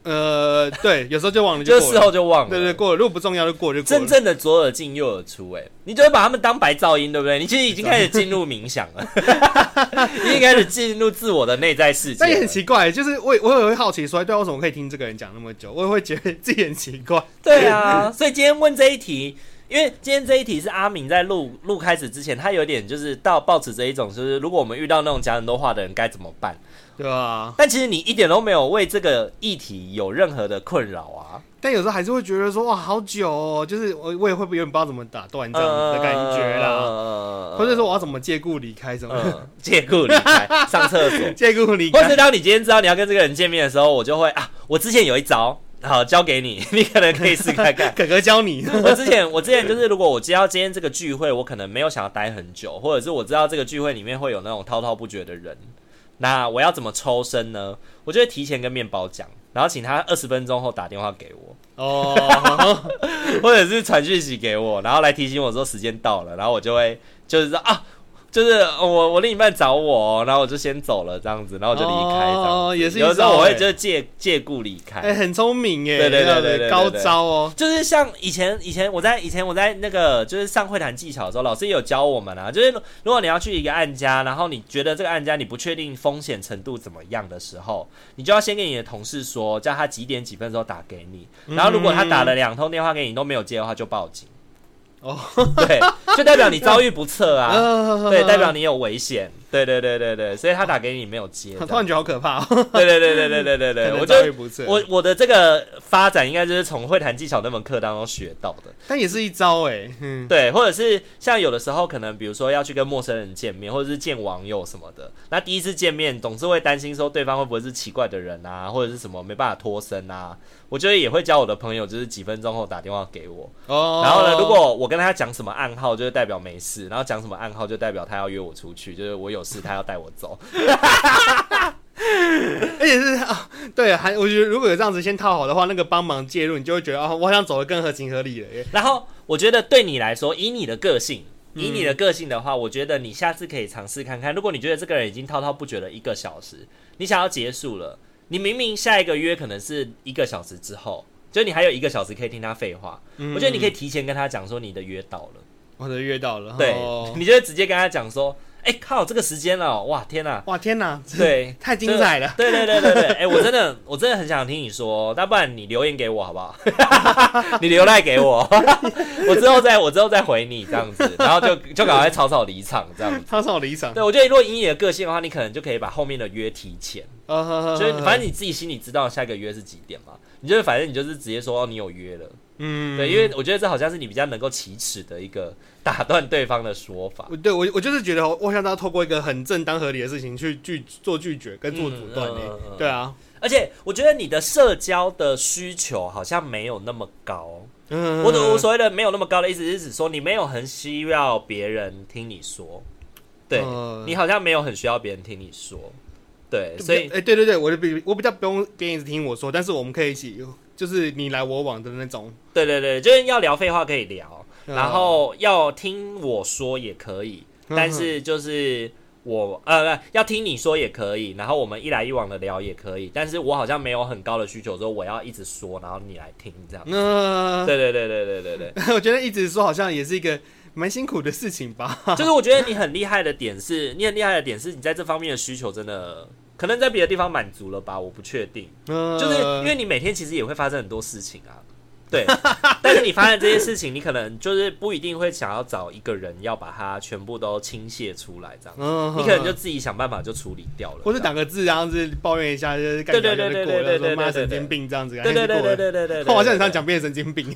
C: 呃，对，有时候就忘了
B: 就
C: 过了
B: 事后就忘了。
C: 对对，过了，如果不重要就过了就过了。
B: 真正的左耳进右耳出，哎，你就会把他们当白噪音，对不对？你其实已经开始进入冥想 了，你已经开始进入自我的内在世界
C: 但也
B: 了
C: 很。奇怪，就是我也我也会好奇说，对啊，为什么可以听这个人讲那么久？我也会觉得自己很奇怪。
B: 对啊，所以今天问这一题，因为今天这一题是阿敏在录录开始之前，他有点就是到抱持着一种，就是如果我们遇到那种讲很多话的人该怎么办？
C: 对啊，
B: 但其实你一点都没有为这个议题有任何的困扰啊。
C: 但有时候还是会觉得说哇，好久、哦，就是我我也会不有点不知道怎么打断这
B: 嗯
C: 样的感觉啦，
B: 啦
C: 或者说我要怎么借故离开什么的，
B: 嗯，呃借故离开上厕所，
C: 借故离
B: 或是
C: 开，
B: 当你今天知道你要跟这个人见面的时候，我就会啊，我之前有一招，好教给你， 你可能可以试看
C: 。
B: 看
C: 哥哥教你，
B: 我之前，我之前就是，如果我知道今天这个聚会，我可能没有想要待很久，或者是我知道这个聚会里面会有那种滔滔不绝的人，那我要怎么抽身呢？我就会提前跟面包讲，然后请他二十分钟后打电话给我，
C: 哦，
B: 或者是传讯息给我，然后来提醒我说时间到了，然后我就会就是说啊，就是呃我我另一半找我哦，然后我就先走了这样子，然后我就离开这样子。
C: 哦，也是一
B: 有的时
C: 招
B: 候我会
C: 欸
B: 就是借借故离开。
C: 哎、很聪明哎、
B: 对对对
C: 这样的
B: 对对对
C: 高招哦、
B: 就是像以前，以前我在以前我在那个就是上会谈技巧的时候，老师也有教我们啊。就是如如果你要去一个案家，然后你觉得这个案家你不确定风险程度怎么样的时候，你就要先跟你的同事说，叫他几点几分的时候打给你。
C: 嗯
B: 然后如果他打了两通电话给你都没有接的话，就报警。
C: 哦，
B: 对， 就代表你遭遇不测啊，
C: 呃
B: 对，代表你有危险。对对对对对，所以他打给你没有接。
C: 突然觉得好可怕哦、
B: 对对对对对对对对，
C: 可能
B: 我就
C: 遭遇不测
B: 我我的这个发展应该就是从会谈技巧那门课当中学到的，
C: 但也是一招哎、嗯，
B: 对，或者是像有的时候可能比如说要去跟陌生人见面，或者是见网友什么的，那第一次见面总是会担心说对方会不会是奇怪的人啊，或者是什么没办法脱身啊，我觉得也会教我的朋友就是几分钟后打电话给我，
C: 哦，
B: 然后呢，如果我跟他讲什么暗号，就是代表没事；然后讲什么暗号，就代表他要约我出去，就是我有事，他要带我走。
C: 而且是啊，对，还我觉得如果有这样子先套好的话，那个帮忙介入，你就会觉得哦，我好像走得更合情合理了耶。
B: 然后我觉得对你来说，以你的个性，以你的个性的话，我觉得你下次可以尝试看看。如果你觉得这个人已经滔滔不绝了一个小时，你想要结束了，你明明下一个约可能是一个小时之后，就你还有一个小时可以听他废话。
C: 嗯
B: 我觉得你可以提前跟他讲说你的约到了，
C: 我的约到了，
B: 对，
C: 哦
B: 你就直接跟他讲说，哎、靠，这个时间了哦，哇，天哪、
C: 哇天哪，这，
B: 对
C: 太精彩了
B: 对对对对对，哎、我真的我真的很想听你说，那不然你留言给我好不好？ 你留赖给我， 我之后再我之后再回你这样子，然后就就赶快草草离场这样子。
C: 他上我离场，
B: 对，我觉得如果以你的个性的话，你可能就可以把后面的约提前，
C: 哦呵呵
B: 就是
C: 呵
B: 反正你自己心里知道下一个约是几点嘛，你就是反正你就是直接说哦你有约了，
C: 嗯，
B: 对，因为我觉得这好像是你比较能够启齿的一个打断对方的说法。
C: 我对我我就是觉得我我想要透过一个很正当合理的事情去拒做拒绝跟做阻断
B: 嗯
C: 诶
B: 嗯嗯嗯，
C: 对啊，
B: 而且我觉得你的社交的需求好像没有那么高。
C: 嗯，
B: 我的我所谓的没有那么高的意思是指说你没有很需要别人听你说，对、
C: 嗯
B: 你好像没有很需要别人听你说，对，
C: 就比较
B: 所以
C: 哎、对对对，我就比我比较不用别人一直听我说，但是我们可以一起，就是你来我往的那种。
B: 对对对，就是要聊废话可以聊，
C: 嗯
B: 然后要听我说也可以，
C: 嗯
B: 但是就是。我呃不要听你说也可以，然后我们一来一往的聊也可以，但是我好像没有很高的需求，说我要一直说，然后你来听这
C: 嗯
B: 样。
C: 那、
B: 对对对对对对对，
C: 我觉得一直说好像也是一个蛮辛苦的事情吧。
B: 就是我觉得你很厉害的点是，你很厉害的点是你在这方面的需求真的可能在别的地方满足了吧，我不确定。
C: 嗯，
B: 就是因为你每天其实也会发生很多事情啊，对。 但是你发生这些事情，你可能就是不一定会想要找一个人要把它全部都倾泻出来这样，
C: 嗯
B: 你可能就自己想办法就处理掉了。
C: 或者
B: 这样
C: 打个字，然后是抱怨一下，就是干掉
B: 对
C: 就
B: 对
C: 是
B: 对
C: 过了，
B: 对对对
C: 说
B: 对
C: 妈
B: 对
C: 神
B: 对
C: 经病这样子，
B: 对对
C: 然
B: 对对
C: 后就过了哦
B: 对对对，
C: 我好像
B: 你
C: 很常讲别人神经病，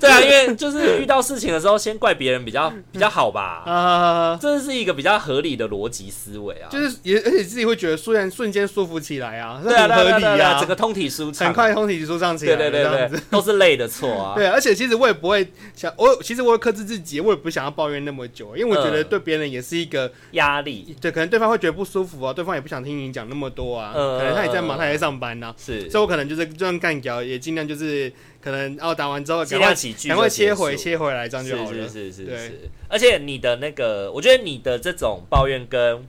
B: 对啊，因为就是遇到事情的时候先怪别人比较比较好吧，
C: 啊，
B: 这是一个比较合理的逻辑思维啊。
C: 就是也而且自己会觉得虽然瞬间舒服起来啊，
B: 对啊，
C: 那
B: 对啊对
C: 很合
B: 啊对啊
C: 理
B: 对啊，
C: 啊，
B: 整个通体舒畅，
C: 很快通体舒畅起来
B: 对
C: 了，
B: 对对
C: 这样子
B: 对，都是累的错啊。
C: 对，而且其实我也不会想，我其实我有克制自己，我也不想要抱怨那么久，因为我觉得
B: 嗯
C: 对别人也是一个，
B: 压力
C: 对，可能对方会觉得不舒服啊，对方也不想听你讲那么多啊，
B: 嗯
C: 可能他也在
B: 嗯
C: 忙，
B: 嗯
C: 他也在上班呐、
B: 是
C: 所以我可能就是就算干掉，也尽量就是可能哦打完之后赶
B: 尽
C: 快
B: 量几句
C: 赶快
B: 就结
C: 切回
B: 束
C: 切回来，这样
B: 是
C: 就好了。
B: 是是是
C: 对
B: 是，而且你的那个，我觉得你的这种抱怨跟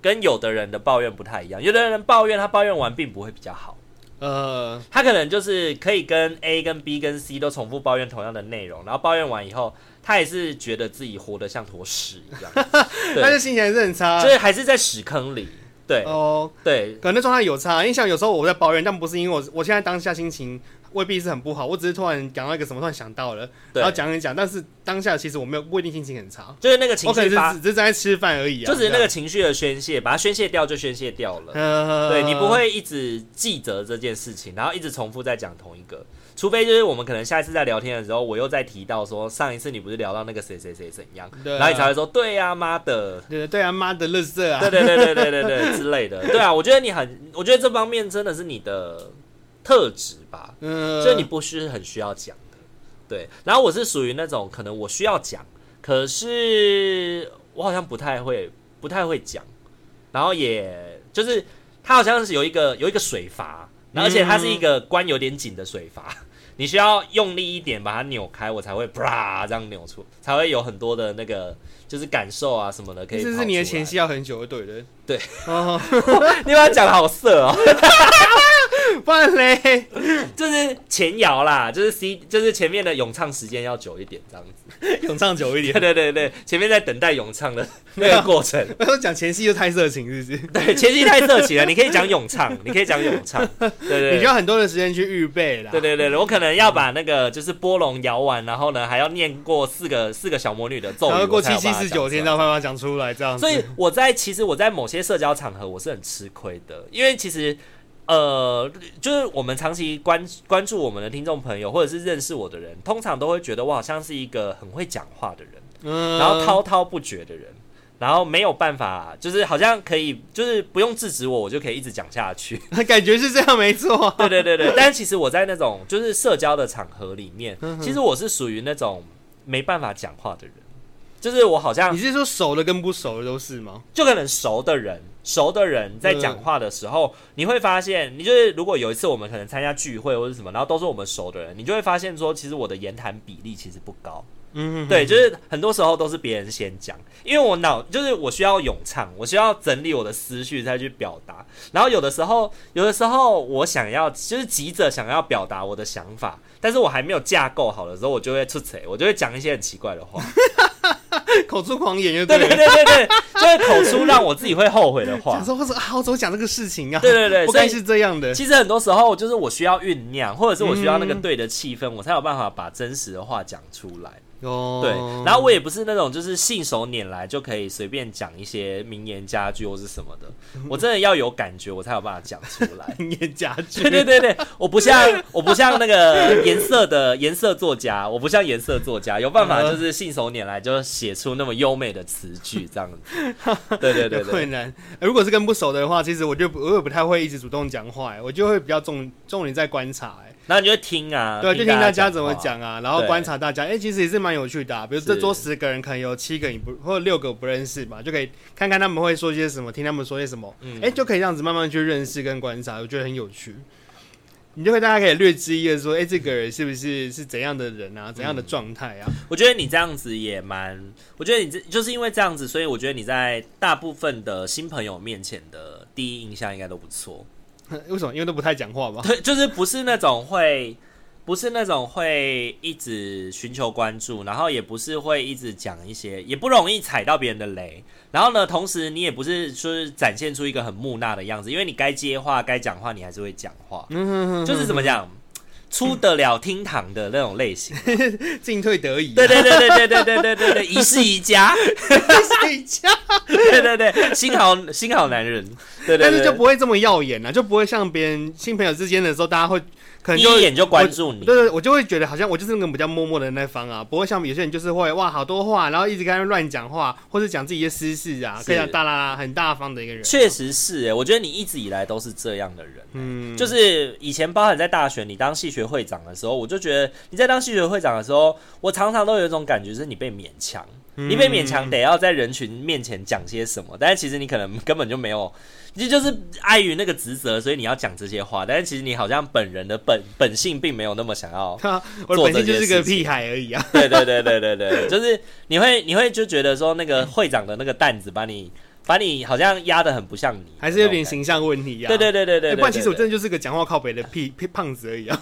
B: 跟有的人的抱怨不太一样，有的人抱怨他抱怨完并不会比较好。
C: 呃，
B: 他可能就是可以跟 A、跟 B、跟 C 都重复抱怨同样的内容，然后抱怨完以后，他也是觉得自己活得像坨屎一样，
C: 但是
B: 对，
C: 心情还是很差啊
B: 就。是还是在屎坑里，对
C: 哦，
B: 对
C: 可能那状态有差，因为像有时候我在抱怨，但不是因为我我现在当下心情未必是很不好，我只是突然讲到一个什么，突然想到了，
B: 对
C: 然后讲一讲，但是当下其实我没有不一定心情很差，
B: 就是那个情
C: 我可能
B: 绪
C: 是
B: 发
C: 只，只是在吃饭而已啊，
B: 就只是那个
C: 这样，
B: 情绪的宣泄，把它宣泄掉就宣泄掉了。
C: 呃，
B: 对你不会一直记着这件事情，然后一直重复在讲同一个，除非就是我们可能下一次在聊天的时候，我又再提到说上一次你不是聊到那个谁谁谁怎样，
C: 对啊
B: 然后你才会说对呀、妈的，
C: 对对啊，妈的，乐色啊，
B: 对对对对对对对之类的。对啊，我觉得你很，我觉得这方面真的是你的特质吧，
C: 嗯，
B: 所以你不是很需要讲的。对，然后我是属于那种可能我需要讲，可是我好像不太会，不太会讲，然后也就是它好像是有一个有一个水阀，然后而且它
C: 嗯
B: 是一个关有点紧的水阀。你需要用力一点把它扭开，我才会啪这样扭出，才会有很多的那个就是感受啊什么的可以跑出
C: 这
B: 来。
C: 是你的前戏要很久就对了，
B: 对
C: 哦，
B: 你把它讲的好色哦，
C: 不然嘞，
B: 就是前摇啦，就是 C，就是前面的咏唱时间要久一点这样子。
C: 咏唱久一
B: 对
C: 点，
B: 对对对，前面在等待咏唱的那个过程，
C: 我说讲前戏就太色情，是不是？
B: 对前期太色情了，你可以讲咏唱，你可以讲咏 唱，对
C: 你
B: 对
C: 需
B: 对。
C: 要很多的时间去预备啦，
B: 对对对，我可能要把那个就是波龙摇完，然后呢还要念过四个四个小魔女的咒语，
C: 然后过
B: 我才有
C: 七七
B: 办法讲
C: 十九
B: 出来
C: 天，让爸妈讲出来这样子。
B: 所以我在其实我在某些社交场合我是很吃亏的，因为其实呃，就是我们长期关关注我们的听众朋友或者是认识我的人，通常都会觉得我好像是一个很会讲话的人，
C: 嗯，
B: 然后滔滔不绝的人。然后没有办法，就是好像可以，就是不用制止我，我就可以一直讲下去。
C: 感觉是这样，没错。
B: 对对对对，但是其实我在那种就是社交的场合里面，其实我是属于那种没办法讲话的人，就是我好像
C: 你是说熟的跟不熟的都是吗？
B: 就可能熟的人，熟的人在讲话的时候，你会发现，你就是如果有一次我们可能参加聚会或者什么，然后都是我们熟的人，你就会发现说，其实我的言谈比例其实不高。
C: 嗯，
B: 对，就是很多时候都是别人先讲，因为我脑就是我需要咏唱，我需要整理我的思绪再去表达。然后有的时候，有的时候我想要就是急着想要表达我的想法，但是我还没有架构好的时候，我就会出错，我就会讲一些很奇怪的话。
C: 口出狂言就
B: 对对
C: 了。
B: 对对对，就是口出让我自己会后悔的话
C: 讲。说或者啊，我怎么讲这个事 情啊？
B: 对对对
C: 不该是这样的。
B: 其实很多时候就是我需要酝酿，或者是我需要
C: 嗯
B: 那个对的气氛，我才有办法把真实的话讲出来。
C: 哦，。
B: 对，然后我也不是那种就是信手拈来就可以随便讲一些名言佳句或是什么的，我真的要有感觉，我才有办法讲出来
C: 演家具
B: 对对对对，我不像我不像那个颜色的 颜色作家，我不像颜色作家，有办法就是信手拈来就写出那么优美的词句这样子。对对对
C: 有
B: 对
C: 困难。呃如果是跟不熟的话，其实我就不我也不太会一直主动讲话，哎我就会比较重重点在观察。哎
B: 然后你就听啊，
C: 对，就听大家
B: 讲
C: 怎么
B: 话。
C: 讲啊，然后
B: 对
C: 观察大家，哎、其实也是蛮有趣的、啊。比如
B: 是
C: 这桌十个人，可能有七个你不或者六个不认识嘛，就可以看看他们会说些什么，听他们说些什么，哎、
B: 嗯
C: 就可以这样子慢慢去认识跟观察，我觉得很有趣。你就会大家可以略知一二，说，哎、这个人是不是是怎样的人啊，怎样的
B: 嗯
C: 状态啊？
B: 我觉得你这样子也蛮，我觉得你这就是因为这样子，所以我觉得你在大部分的新朋友面前的第一印象应该都不错。
C: 为什么？因为都不太讲话嘛。
B: 对，就是不是那种会，不是那种会一直寻求关注，然后也不是会一直讲一些，也不容易踩到别人的雷。然后呢，同时你也不是就是展现出一个很木讷的样子，因为你该接话、该讲话，你还是会讲话，
C: 嗯，
B: 就是怎么讲，出得了厅堂的那种类型。
C: 进退得宜、
B: 对，对对对对对对对对对，一世一家。
C: 睡觉，
B: 对对对，新好新好男人， 对对对，
C: 但是就不会这么耀眼啊，就不会像别人新朋友之间的时候，大家会可能
B: 第
C: 就
B: 一眼就关注你，
C: 对对，我就会觉得好像我就是那个比较默默的那方啊，不会像有些人就是会哇好多话，然后一直跟他们乱讲话，或是讲自己的私事啊，
B: 是
C: 可以讲大啦啦很大方的一个人。
B: 确实是哎，我觉得你一直以来都是这样的人。
C: 嗯，
B: 就是以前包含在大学，你当系学会长的时候，我就觉得你在当系学会长的时候，我常常都有一种感觉，是你被勉强，
C: 嗯
B: 你被勉强得要在人群面前讲些什么，但是其实你可能 根本就没有，你就是碍于那个职责，所以你要讲这些话，但是其实你好像本人的本本性并没有那么想要
C: 哈， 我的
B: 做
C: 本
B: 这
C: 身就
B: 件
C: 是个
B: 事情
C: 屁孩而已啊。
B: 对对对对对对，就是你会你会就觉得说那个会长的那个担子把你把你好像压得很不像你，
C: 还是有点
B: 形。
C: 形象问题呀、啊。
B: 对对对对对
C: 哎
B: 对，
C: 不然其实我
B: 对
C: 真的就是个讲话靠北的屁屁胖子而已啊。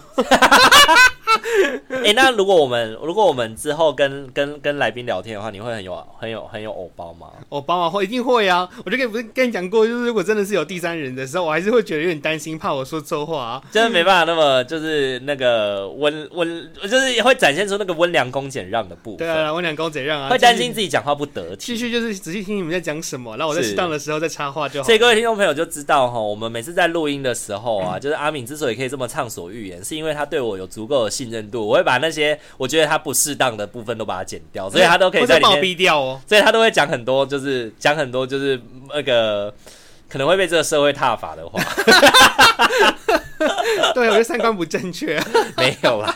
B: 哎、那如果我们如果我们之后跟跟跟来宾聊天的话，你会很有很有很有偶包 吗？
C: 我帮忙会一定会啊！我就跟你不是跟你讲过，就是如果真的是有第三人的时候，我还是会觉得有点担心，怕我说错话啊。
B: 真的没办法，那么就是那个温温，就是会展现出那个温良恭俭让的部分，
C: 对啊，我两公贼让啊，
B: 会担
C: 继续
B: 心自己讲话不得体。
C: 继续就是仔细听你们在讲什么，然后我在
B: 是
C: 适当的时候再插话就好
B: 所。以各位听众朋友就知道哈，我们每次在录音的时候
C: 嗯
B: 啊，就是阿敏之所以可以这么畅所欲言，是因为他对我有足够的信任度。我会把那些我觉得他不适当的部分都把它剪掉，所以他都可以
C: 或
B: 在
C: 者
B: 里
C: 把我
B: 面，
C: 逼掉 哦。
B: 所以他都会讲很多，就是讲很多就是那个可能会被这个社会踏伐的话，
C: 对，我觉得三观不正确。
B: 没有啦，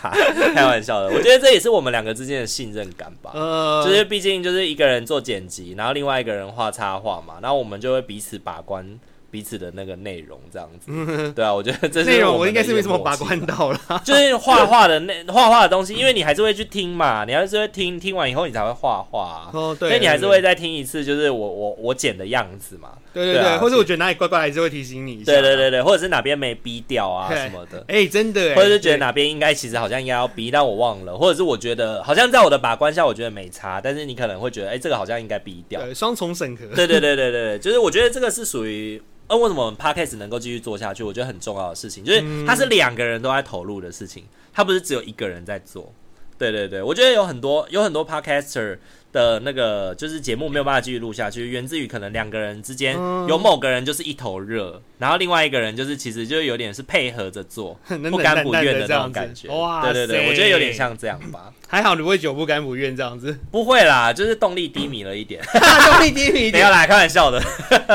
B: 开玩笑的。我觉得这也是我们两个之间的信任感吧。
C: 呃，
B: 就是毕竟就是一个人做剪辑，然后另外一个人画插画嘛，然后我们就会彼此把关彼此的那个内容这样 子。对啊，我觉得这是
C: 内容
B: 我
C: 我
B: 们
C: 应该
B: 的
C: 是
B: 一
C: 没
B: 个
C: 什么
B: 默
C: 把
B: 契
C: 关，到啦。
B: 就是画画的那画画的东西，因为你还是会去听嘛，你还是会听，听完以后你才会画画啊、
C: 哦，对，
B: 所以你还是
C: 对
B: 会再听一次，就是我我我剪的样子嘛。
C: 对对
B: 对
C: 对，
B: 啊
C: 或者我觉得哪里怪怪，还是会提醒你一下。
B: 对对对对，或者是哪边没逼掉啊
C: 对
B: 什么的。
C: 哎、真的哎，
B: 或者是觉得哪边应该其实好像应该要逼，但我忘了，或者是我觉得好像在我的把关下，我觉得没差，但是你可能会觉得，哎、这个好像应该逼掉，
C: 对双重审核，
B: 对对对对对，就是我觉得这个是属于，呃，为什么我们 podcast 能够继续做下去，我觉得很重要的事情，就是它是两个人都在投入的事情，它不是只有一个人在做。对对对，我觉得有很多有很多 podcaster 的那个就是节目没有办法继续录下去，源自于可能两个人之间
C: 嗯
B: 有某个人就是一头热，然后另外一个人就是其实就有点是配合着做，
C: 冷冷
B: 不甘不
C: 淡淡
B: 愿
C: 的这
B: 那
C: 样
B: 种
C: 子
B: 感觉。
C: 哇
B: 对对对，
C: 塞
B: 我觉得有点像这样吧。
C: 还好你不会久不甘不愿这 样子，
B: 不会啦，就是动力低迷了一点，
C: 动力 低迷一
B: 没
C: 点
B: 有。啦，开玩笑的。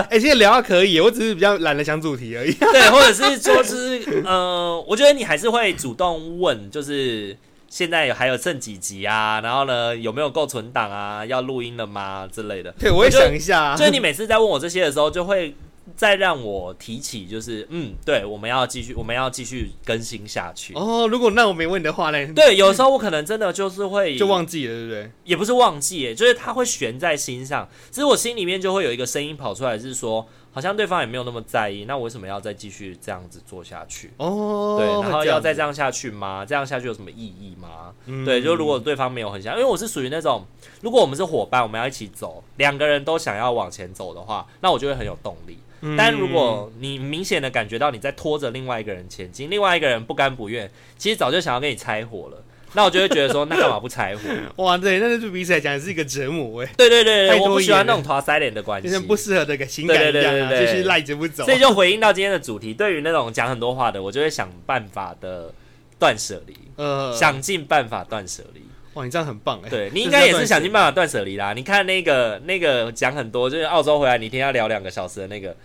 C: 哎、现在聊到可以，我只是比较懒得想主题而已。
B: 对，或者是说，就是呃，我觉得你还是会主动问，就是现在有还有剩几集啊？然后呢，有没有够存档啊？要录音了吗？之类的。
C: 对，我也
B: 觉得
C: 想一下、啊
B: 所。以你每次在问我这些的时候，就会再让我提起，就是嗯，对，我们要继续，我们要继续更新下去。
C: 哦，如果那我没问你的话呢，
B: 对，有时候我可能真的就是会
C: 就忘记了，对不对？
B: 也不是忘记耶，就是它会悬在心上，只是我心里面就会有一个声音跑出来，是说好像对方也没有那么在意，那我为什么要再继续这样子做下去？
C: 哦，
B: 对，然后
C: 这样
B: 要
C: 子
B: 再这样下去吗？这样下去有什么意义吗？
C: 嗯
B: 对，就如果对方没有很想，因为我是属于那种，如果我们是伙伴，我们要一起走，两个人都想要往前走的话，那我就会很有动力。
C: 嗯
B: 但如果你明显的感觉到你在拖着另外一个人前进，另外一个人不甘不愿，其实早就想要跟你拆伙了，那我就会觉得说， 那干嘛不拆伙？
C: 哇，对，那对彼此来讲也是一个折磨哎，
B: 对对对
C: 太
B: 对，
C: 多
B: 我不喜
C: 言
B: 欢那
C: 了
B: 种拖塞脸的关
C: 就
B: 系，
C: 像不适合的情感
B: 对
C: 一
B: 对
C: 样
B: 对
C: 啊，
B: 对对
C: 就是赖着不走
B: 所。以就回应到今天的主题，对于那种讲很多话的，我就会想办法的断舍离，
C: 呃，
B: 想尽办法断舍离。
C: 哇，你这样很棒哎，
B: 对
C: 这
B: 你应
C: 叫
B: 该也是
C: 断
B: 想
C: 舍
B: 尽办法断舍离啦。你看那个那个讲很多，就是澳洲回来你一天要聊两个小时的那个，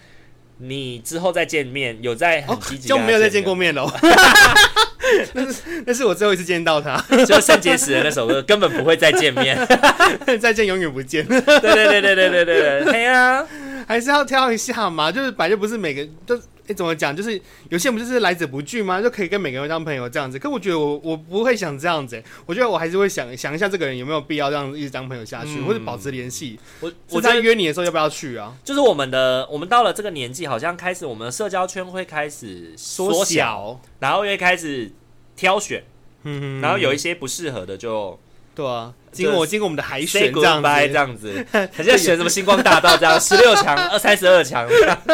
B: 你之后再见面有在很
C: 哦
B: 积，极、
C: 就没有再见过
B: 面，
C: 面了。 那是那是我最后一次见到他，
B: 就肾结石的那首歌根本不会再见面。
C: 再见永远不见，
B: 对对对对对对对对，嘿啊，
C: 还是要挑一下嘛。 就是本来就不是每个都。哎、怎么讲？就是有些人不就是来者不拒吗？就可以跟每个人当朋友这样子。可我觉得我我不会想这样子、哎我觉得我还是会想想一下这个人有没有必要这样子一直当朋友下去，
B: 嗯
C: 或者保持联系。
B: 我
C: 我
B: 我
C: 在
B: 在
C: 约你的时候要不要去啊？
B: 就是我们的我们到了这个年纪，好像开始我们的社交圈会开始缩小，
C: 小，
B: 然后又会开始挑选，
C: 嗯
B: 然后有一些不适合的就
C: 对啊，经过
B: 就
C: 经过我们的海
B: say
C: 选这样
B: goodbye
C: 子
B: 这，样 子，好像选什么星光大道这样，十六强、二三十二强这样。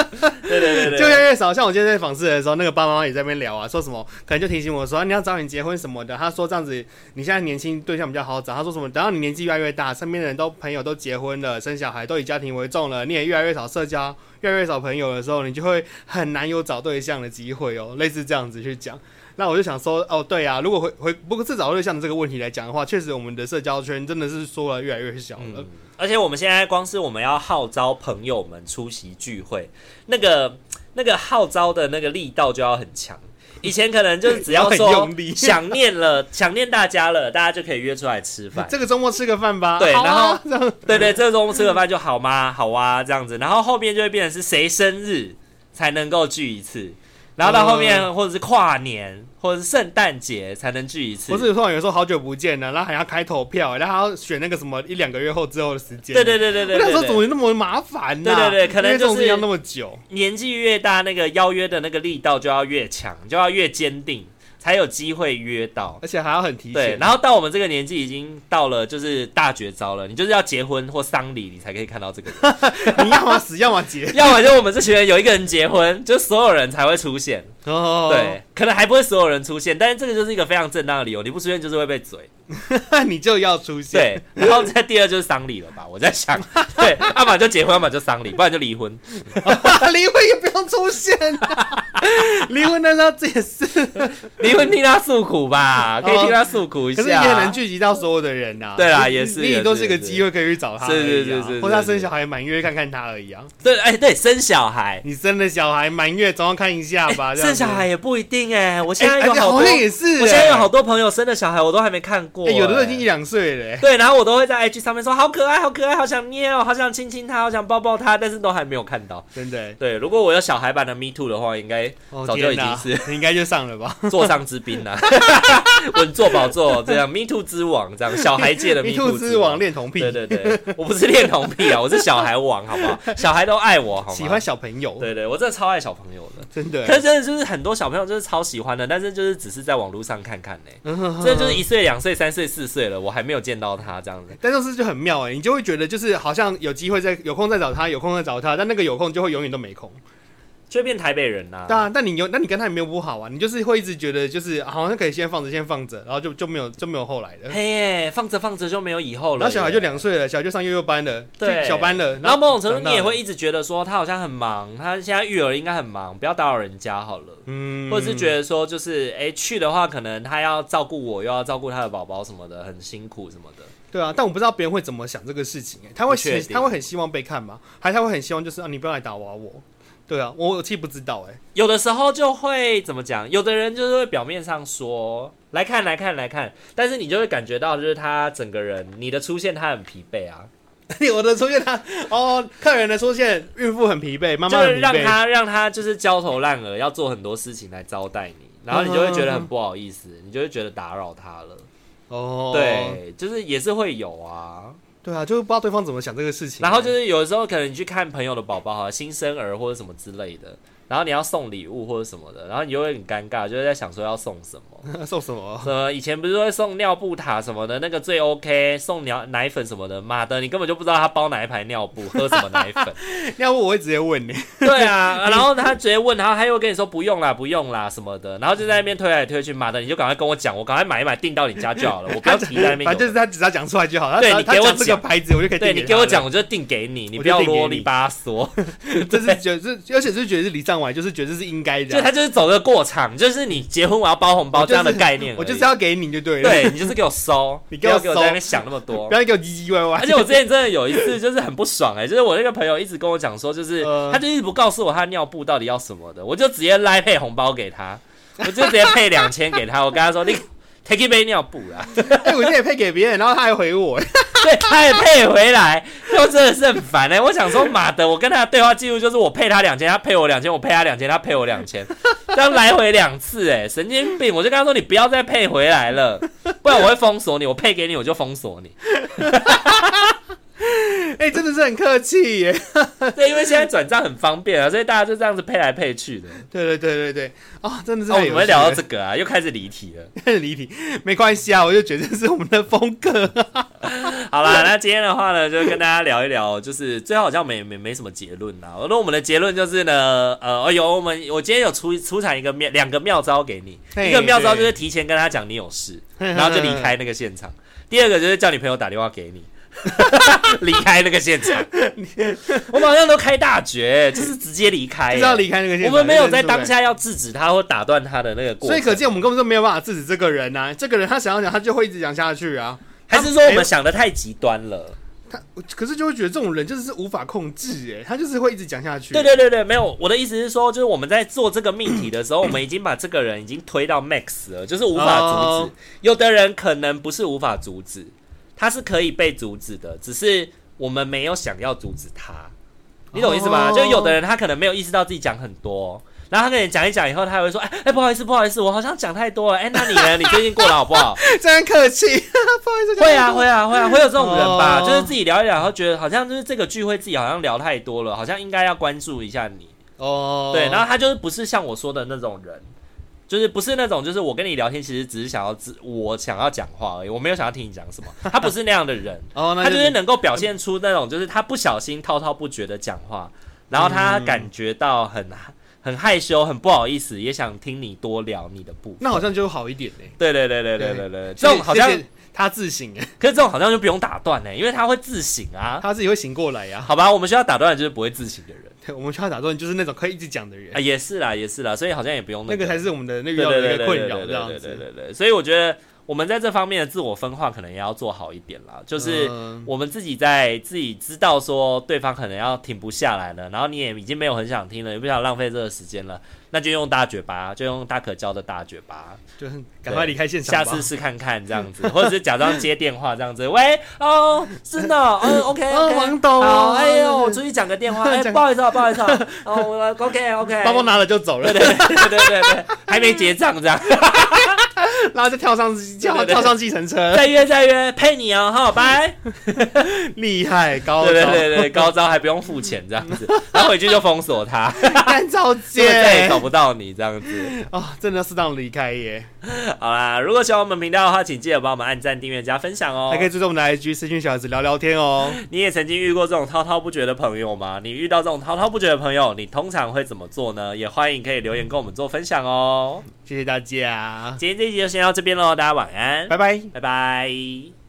B: 对对对
C: 就
B: 对，
C: 越来越少。像我今天在访视的时候，那个爸妈也在那边聊啊，说什么可能就提醒我说、啊你要早点结婚什么的。他说这样子，你现在年轻对象比较好找。他说什么，等到你年纪越来越大，身边的人都朋友都结婚了，生小孩，都以家庭为重了，你也越来越少社交，越来越少朋友的时候，你就会很难有找对象的机会哦。类似这样子去讲。那我就想说，哦，对啊，如果回回不过是找对象的这个问题来讲的话，确实我们的社交圈真的是缩了越来越小了。
B: 嗯，而且我们现在光是我们要号召朋友们出席聚会，那个那个号召的那个力道就要很强。以前可能就是 只要
C: 很
B: 说
C: 用力
B: 想念了，想念大家了，大家就可以约出来吃饭。
C: 这个周末吃个饭吧。
B: 对
C: 好啊这样
B: 对对，这周末吃个饭就好吗？好啊，这样子，然后后面就会变成是谁生日才能够聚一次，然后到后面、
C: 嗯
B: 或者是跨年或者是圣诞节才能聚一次。
C: 不是突然有时候好久不见了，然后还要开投票，然后还要选那个什么一两个月后之后的时间。
B: 对对对对对
C: 我想
B: 对对
C: 说怎么那么麻烦呢、
B: 对对对可能
C: 因为这种事
B: 就是
C: 情要那么久。
B: 年纪越大，那个邀约的那个力道就要越强，就要越坚定。才有机会约到。
C: 而且还要很提
B: 对，
C: 前。
B: 然后到我们这个年纪，已经到了就是大绝招了，你就是要结婚或丧礼，你才可以看到这个人。
C: 你要么死，要么 结。
B: 要么就我们这群人有一个人结婚，就所有人才会出现。
C: 哦，
B: 对，可能还不会所有人出现，但是这个就是一个非常正当的理由，你不出现就是会被嘴。
C: 你就要出现。
B: 对，然后再第二就是丧礼了吧？我在 想，对，要么就结婚，要么就丧礼，不然就离婚。
C: 对， 离婚也不用出现、啊， 离婚那是要解 释，
B: 离婚听他诉苦吧，可以听他诉苦一
C: 哦可
B: 下。啊
C: 是也很难聚集到所有的人呐、啊。
B: 对啦
C: 你
B: 也是
C: 你
B: 也
C: 你
B: 是
C: 都是一个
B: 也是
C: 机会可以去找他而已
B: 是
C: 啊、
B: 是是是是
C: 或者他生
B: 是
C: 小孩满月看看他而已啊。
B: 对，哎、对，生小孩，
C: 你生了小孩满月总要看一下吧。这样
B: 生
C: 子
B: 小孩，也不一定哎、我现
C: 哎、
B: 在有
C: 哎
B: 好多，
C: 像也是、
B: 我现在有好多朋友生的小孩，我都还没看过、
C: 哎、有的都已经
B: 哎
C: 一两岁了、哎
B: 对，然后我都会在 IG 上面说好可爱，好可爱，好想捏哦，好想亲亲他，好想抱抱他，但是都还没有看到。
C: 真的、哎
B: 对，如果我有小孩版的 Me Too 的话，应该
C: 哦
B: 早就已
C: 天哪
B: 经是
C: 你应该就上了 吧。
B: 座上之宾 啦，稳坐宝座这样 Me Too 之王 这样，小孩界的 Me
C: 迷
B: Too
C: 兔之王恋童癖，
B: 对对对，我不是恋童癖 啊，我是小孩王，好不好？小孩都爱我，好吗？
C: 喜欢，小朋友，
B: 对对，我真的超爱小朋友的。
C: 真
B: 可
C: 的，
B: 是真的就是很多小朋友就是超喜欢的，但是就是只是在网络上看看呢、
C: 嗯
B: 真的就是一岁、两岁、三岁、四岁了，我还没有见到他这样子。
C: 但就是就很妙哎、你就会觉得就是好像有机会再有空再找他，有空再找他，但那个有空就会永远都没空。
B: 就会变台北人呐、
C: 当然、但你有，那你跟他也没有不好啊，你就是会一直觉得就是啊好像可以先放着，先放着，然后就就没有就没有后来了。
B: 嘿耶，放着放着就没有以后了耶。
C: 然后小孩就两岁了，小孩就上幼幼班了，
B: 对
C: 去小班了，
B: 然后某种程
C: 长
B: 度
C: 大
B: 你也
C: 了
B: 会一直觉得说他好像很忙，他现在育儿应该很忙，不要打扰人家好了。
C: 嗯
B: 或者是觉得说，就是哎、去的话，可能他要照顾我，又要照顾他的宝宝什么的，很辛苦什么的。
C: 对啊，但我不知道别人会怎么想这个事情、欸，他会
B: 不确
C: 希
B: 定
C: 他会很希望被看吗？还是他会很希望就是啊，你不要来打娃我？对啊，我我其实不知道 哎、
B: 有的时候就会怎么讲，有的人就是会表面上说来看来看来看，但是你就会感觉到，就是他整个人你的出现他很疲惫啊，
C: 我的出现他哦，客人的出现，孕妇很疲惫，妈妈
B: 就是
C: 很疲
B: 让
C: 惫，
B: 他让他就是焦头烂额，要做很多事情来招待你，然后你就会觉得很不好意思，你就会觉得打扰他了。
C: 哦，
B: 对，就是也是会有啊。
C: 对啊，就是不知道对方怎么想这个事情欸、
B: 然后就是有的时候可能你去看朋友的宝宝哈，新生儿或者什么之类的，然后你要送礼物或者什么的，然后你就会很尴尬，就是在想说要送什 么。
C: 送什么？
B: 什么以前不是会送尿布塔什么的，那个最 OK，送尿奶粉什么的，妈的，你根本就不知道他包哪一排尿布，喝什么奶 粉。
C: 要不我会直接问欸你、
B: 对啊，然后他直接问，然后他又跟你说不用啦，不用啦什么的，然后就在那边推来推去，妈的，你就赶快跟我讲，我赶快买一买，订到你家就好了，我不要提在那边有。
C: 反正就是他只要讲出来就好。他
B: 对
C: 只要
B: 你
C: 他
B: 给我
C: 讲这个
B: 讲
C: 牌子，我就可以
B: 对
C: 订
B: 你给我
C: 他了
B: 讲，我就订给你，你
C: 我
B: 不
C: 就
B: 要
C: 订给
B: 啰
C: 你
B: 里吧 嗦。
C: 这是觉得是，而且是觉得是礼尚往来，就是觉得是应该的
B: 就
C: 啊、
B: 他就是走个过场，就是你结婚我要包红包
C: 我
B: 这
C: 就
B: 样
C: 是
B: 的概念而已
C: 我就是要给你就对了，
B: 对你就是给我收，
C: 你
B: 不
C: 给我
B: 要
C: 收
B: 给我在那边想那么多
C: 不。要给我唧唧歪歪。
B: 而且我之前真的有一次就是很不爽哎、就是我那个朋友一直跟我讲说，就是、
C: 呃
B: 他就一直不告诉我他尿布到底要什么的，我就直接拉配红包给他，我就直接配两千给他，我跟他说你 take 一杯尿布啦，
C: 哎、我这也配给别人，然后他还回我，欸
B: 对，他也配回来，就真的是很烦哎、我想说妈的，我跟他的对话记录就是我配他两千，他配我两千，我配他两千，他配我两千，这样来回两次哎、神经病！我就跟他说你不要再配回来了，不然我会封锁你，我配给你我就封锁你。
C: 哎、真的是很客气耶。
B: 对，因为现在转账很方便啊，所以大家就这样子配来配去的。
C: 对对对对对，哦，真的是
B: 那我
C: 很有趣、
B: 们会聊到这个啊，又开始离题了。
C: 这离题，没关系啊，我就觉得这是我们的风格、
B: 好啦，那今天的话呢，就跟大家聊一聊，就是最后好像没没没什么结论啦。那我们的结论就是呢，呃，哎呦，我们我今天有出出产一个妙两个妙招给你，
C: 嘿
B: 一个妙招就是提前跟他讲你有事，
C: 对
B: 然后就离开那个现场；第二个就是叫你朋友打电话给 你。离开那个现场，我们好像都开大绝，就是直接离开，
C: 就是要离开那个
B: 我
C: 现场。
B: 们没有
C: 认
B: 在
C: 出来
B: 当，下要制止他或打断他的那个过程，
C: 所以可见我们根本就没有办法制止这个人呐、这个人他想要讲，他就会一直讲下去啊。
B: 还是说我们想的太极端了？
C: 可是就会觉得这种人就是无法控制，哎，他就是会一直讲下去。
B: 对对对对，没有，我的意思是说，就是我们在做这个命题的时候，我们已经把这个人已经推到 max 了，就是无法阻
C: 哦
B: 止。有的人可能不是无法阻止，他是可以被阻止的，只是我们没有想要阻止他。你懂我意思吗？
C: 哦
B: 就有的人他可能没有意识到自己讲很多。然后他跟你讲一讲以后，他还会说：“哎、 哎，不好意思，不好意思，我好像讲太多了。哎，那你呢？你最近过得好不 好？
C: 对，这样客气，不好意思。
B: 会啊，会啊，会啊，会有这种人吧？
C: 哦
B: 就是自己聊一聊，然后觉得好像就是这个聚会自己好像聊太多了，好像应该要关注一下你。
C: 哦，
B: 对，然后他就是不是像我说的那种人，就是不是那种就是我跟你聊天，其实只是想要知我想要讲话而已，我没有想要听你讲什么。他不是那样的 人，
C: 哦，那
B: 他就是
C: 是
B: 能够表现出那种就是他不小心滔滔不绝的讲话，然后他
C: 嗯
B: 感觉到很很害羞、很不好意思，也想听你多聊你的部分。
C: 那好像就好一点嘞。
B: 对对对对对对对，这种好像，
C: 谢谢他自省哎，
B: 可是这种好像就不用打断呢、欸因为他会自省啊。
C: 他自己会醒过来呀。
B: 好吧，我们需要打断的就是不会自省的人
C: 对我们需要打断，就是那种可以一直讲的人
B: 啊，，也是啦，也是啦，所以好像也不用
C: 那
B: 个
C: 个才是我们的那
B: 对
C: 个
B: 对
C: 遇到的
B: 对
C: 一个
B: 对
C: 困
B: 对
C: 扰
B: 对
C: 这样
B: 对对
C: 子。
B: 对对，所以我觉得我们在这方面的自我分化可能也要做好一点啦，就是。
C: 嗯
B: 我们自己在自己知道说对方可能要停不下来了，然后你也已经没有很想听了，也不想浪费这个时间了，那就用大嘴巴，就用大可教的大嘴巴，
C: 就是赶快离开现
B: 下
C: 场吧。
B: 次试看看这样 子，或者是假装接电话这样子， 喂，哦，真的 哦，嗯，OK，
C: 哦
B: OK，
C: 王董
B: 好，
C: 哦
B: 哎呦，我出去讲个电 话，哎，
C: 讲
B: 不好意思哦，不好意思 哦，哦，我 OK OK，
C: 包包，拿了就走了
B: 对，对对对对对，还没结账这样，
C: 然后就跳上跳
B: 对对
C: 跳上计程 车，
B: 再约再约，配你哦，好， 拜。
C: 厉害高
B: 对对
C: 招
B: 对对，高招还不用付钱这样子，然后回去就封锁他，
C: 干造
B: 根本再也
C: 姐
B: 找不到你这样子。
C: 哦，真的要适当离开耶，
B: 好啦，如果喜欢我们频道的话，请记得帮我们按赞、订阅、加分享哦
C: 还。可以追踪我们的 IG 私讯小孩子聊聊天哦。
B: 你也曾经遇过这种滔滔不绝的朋友吗？你遇到这种滔滔不绝的朋友，你通常会怎么做呢？也欢迎可以留言跟我们做分享哦。
C: 谢谢大家，
B: 今天这一集就先到这边喽，大家晚安，
C: 拜拜。
B: 拜拜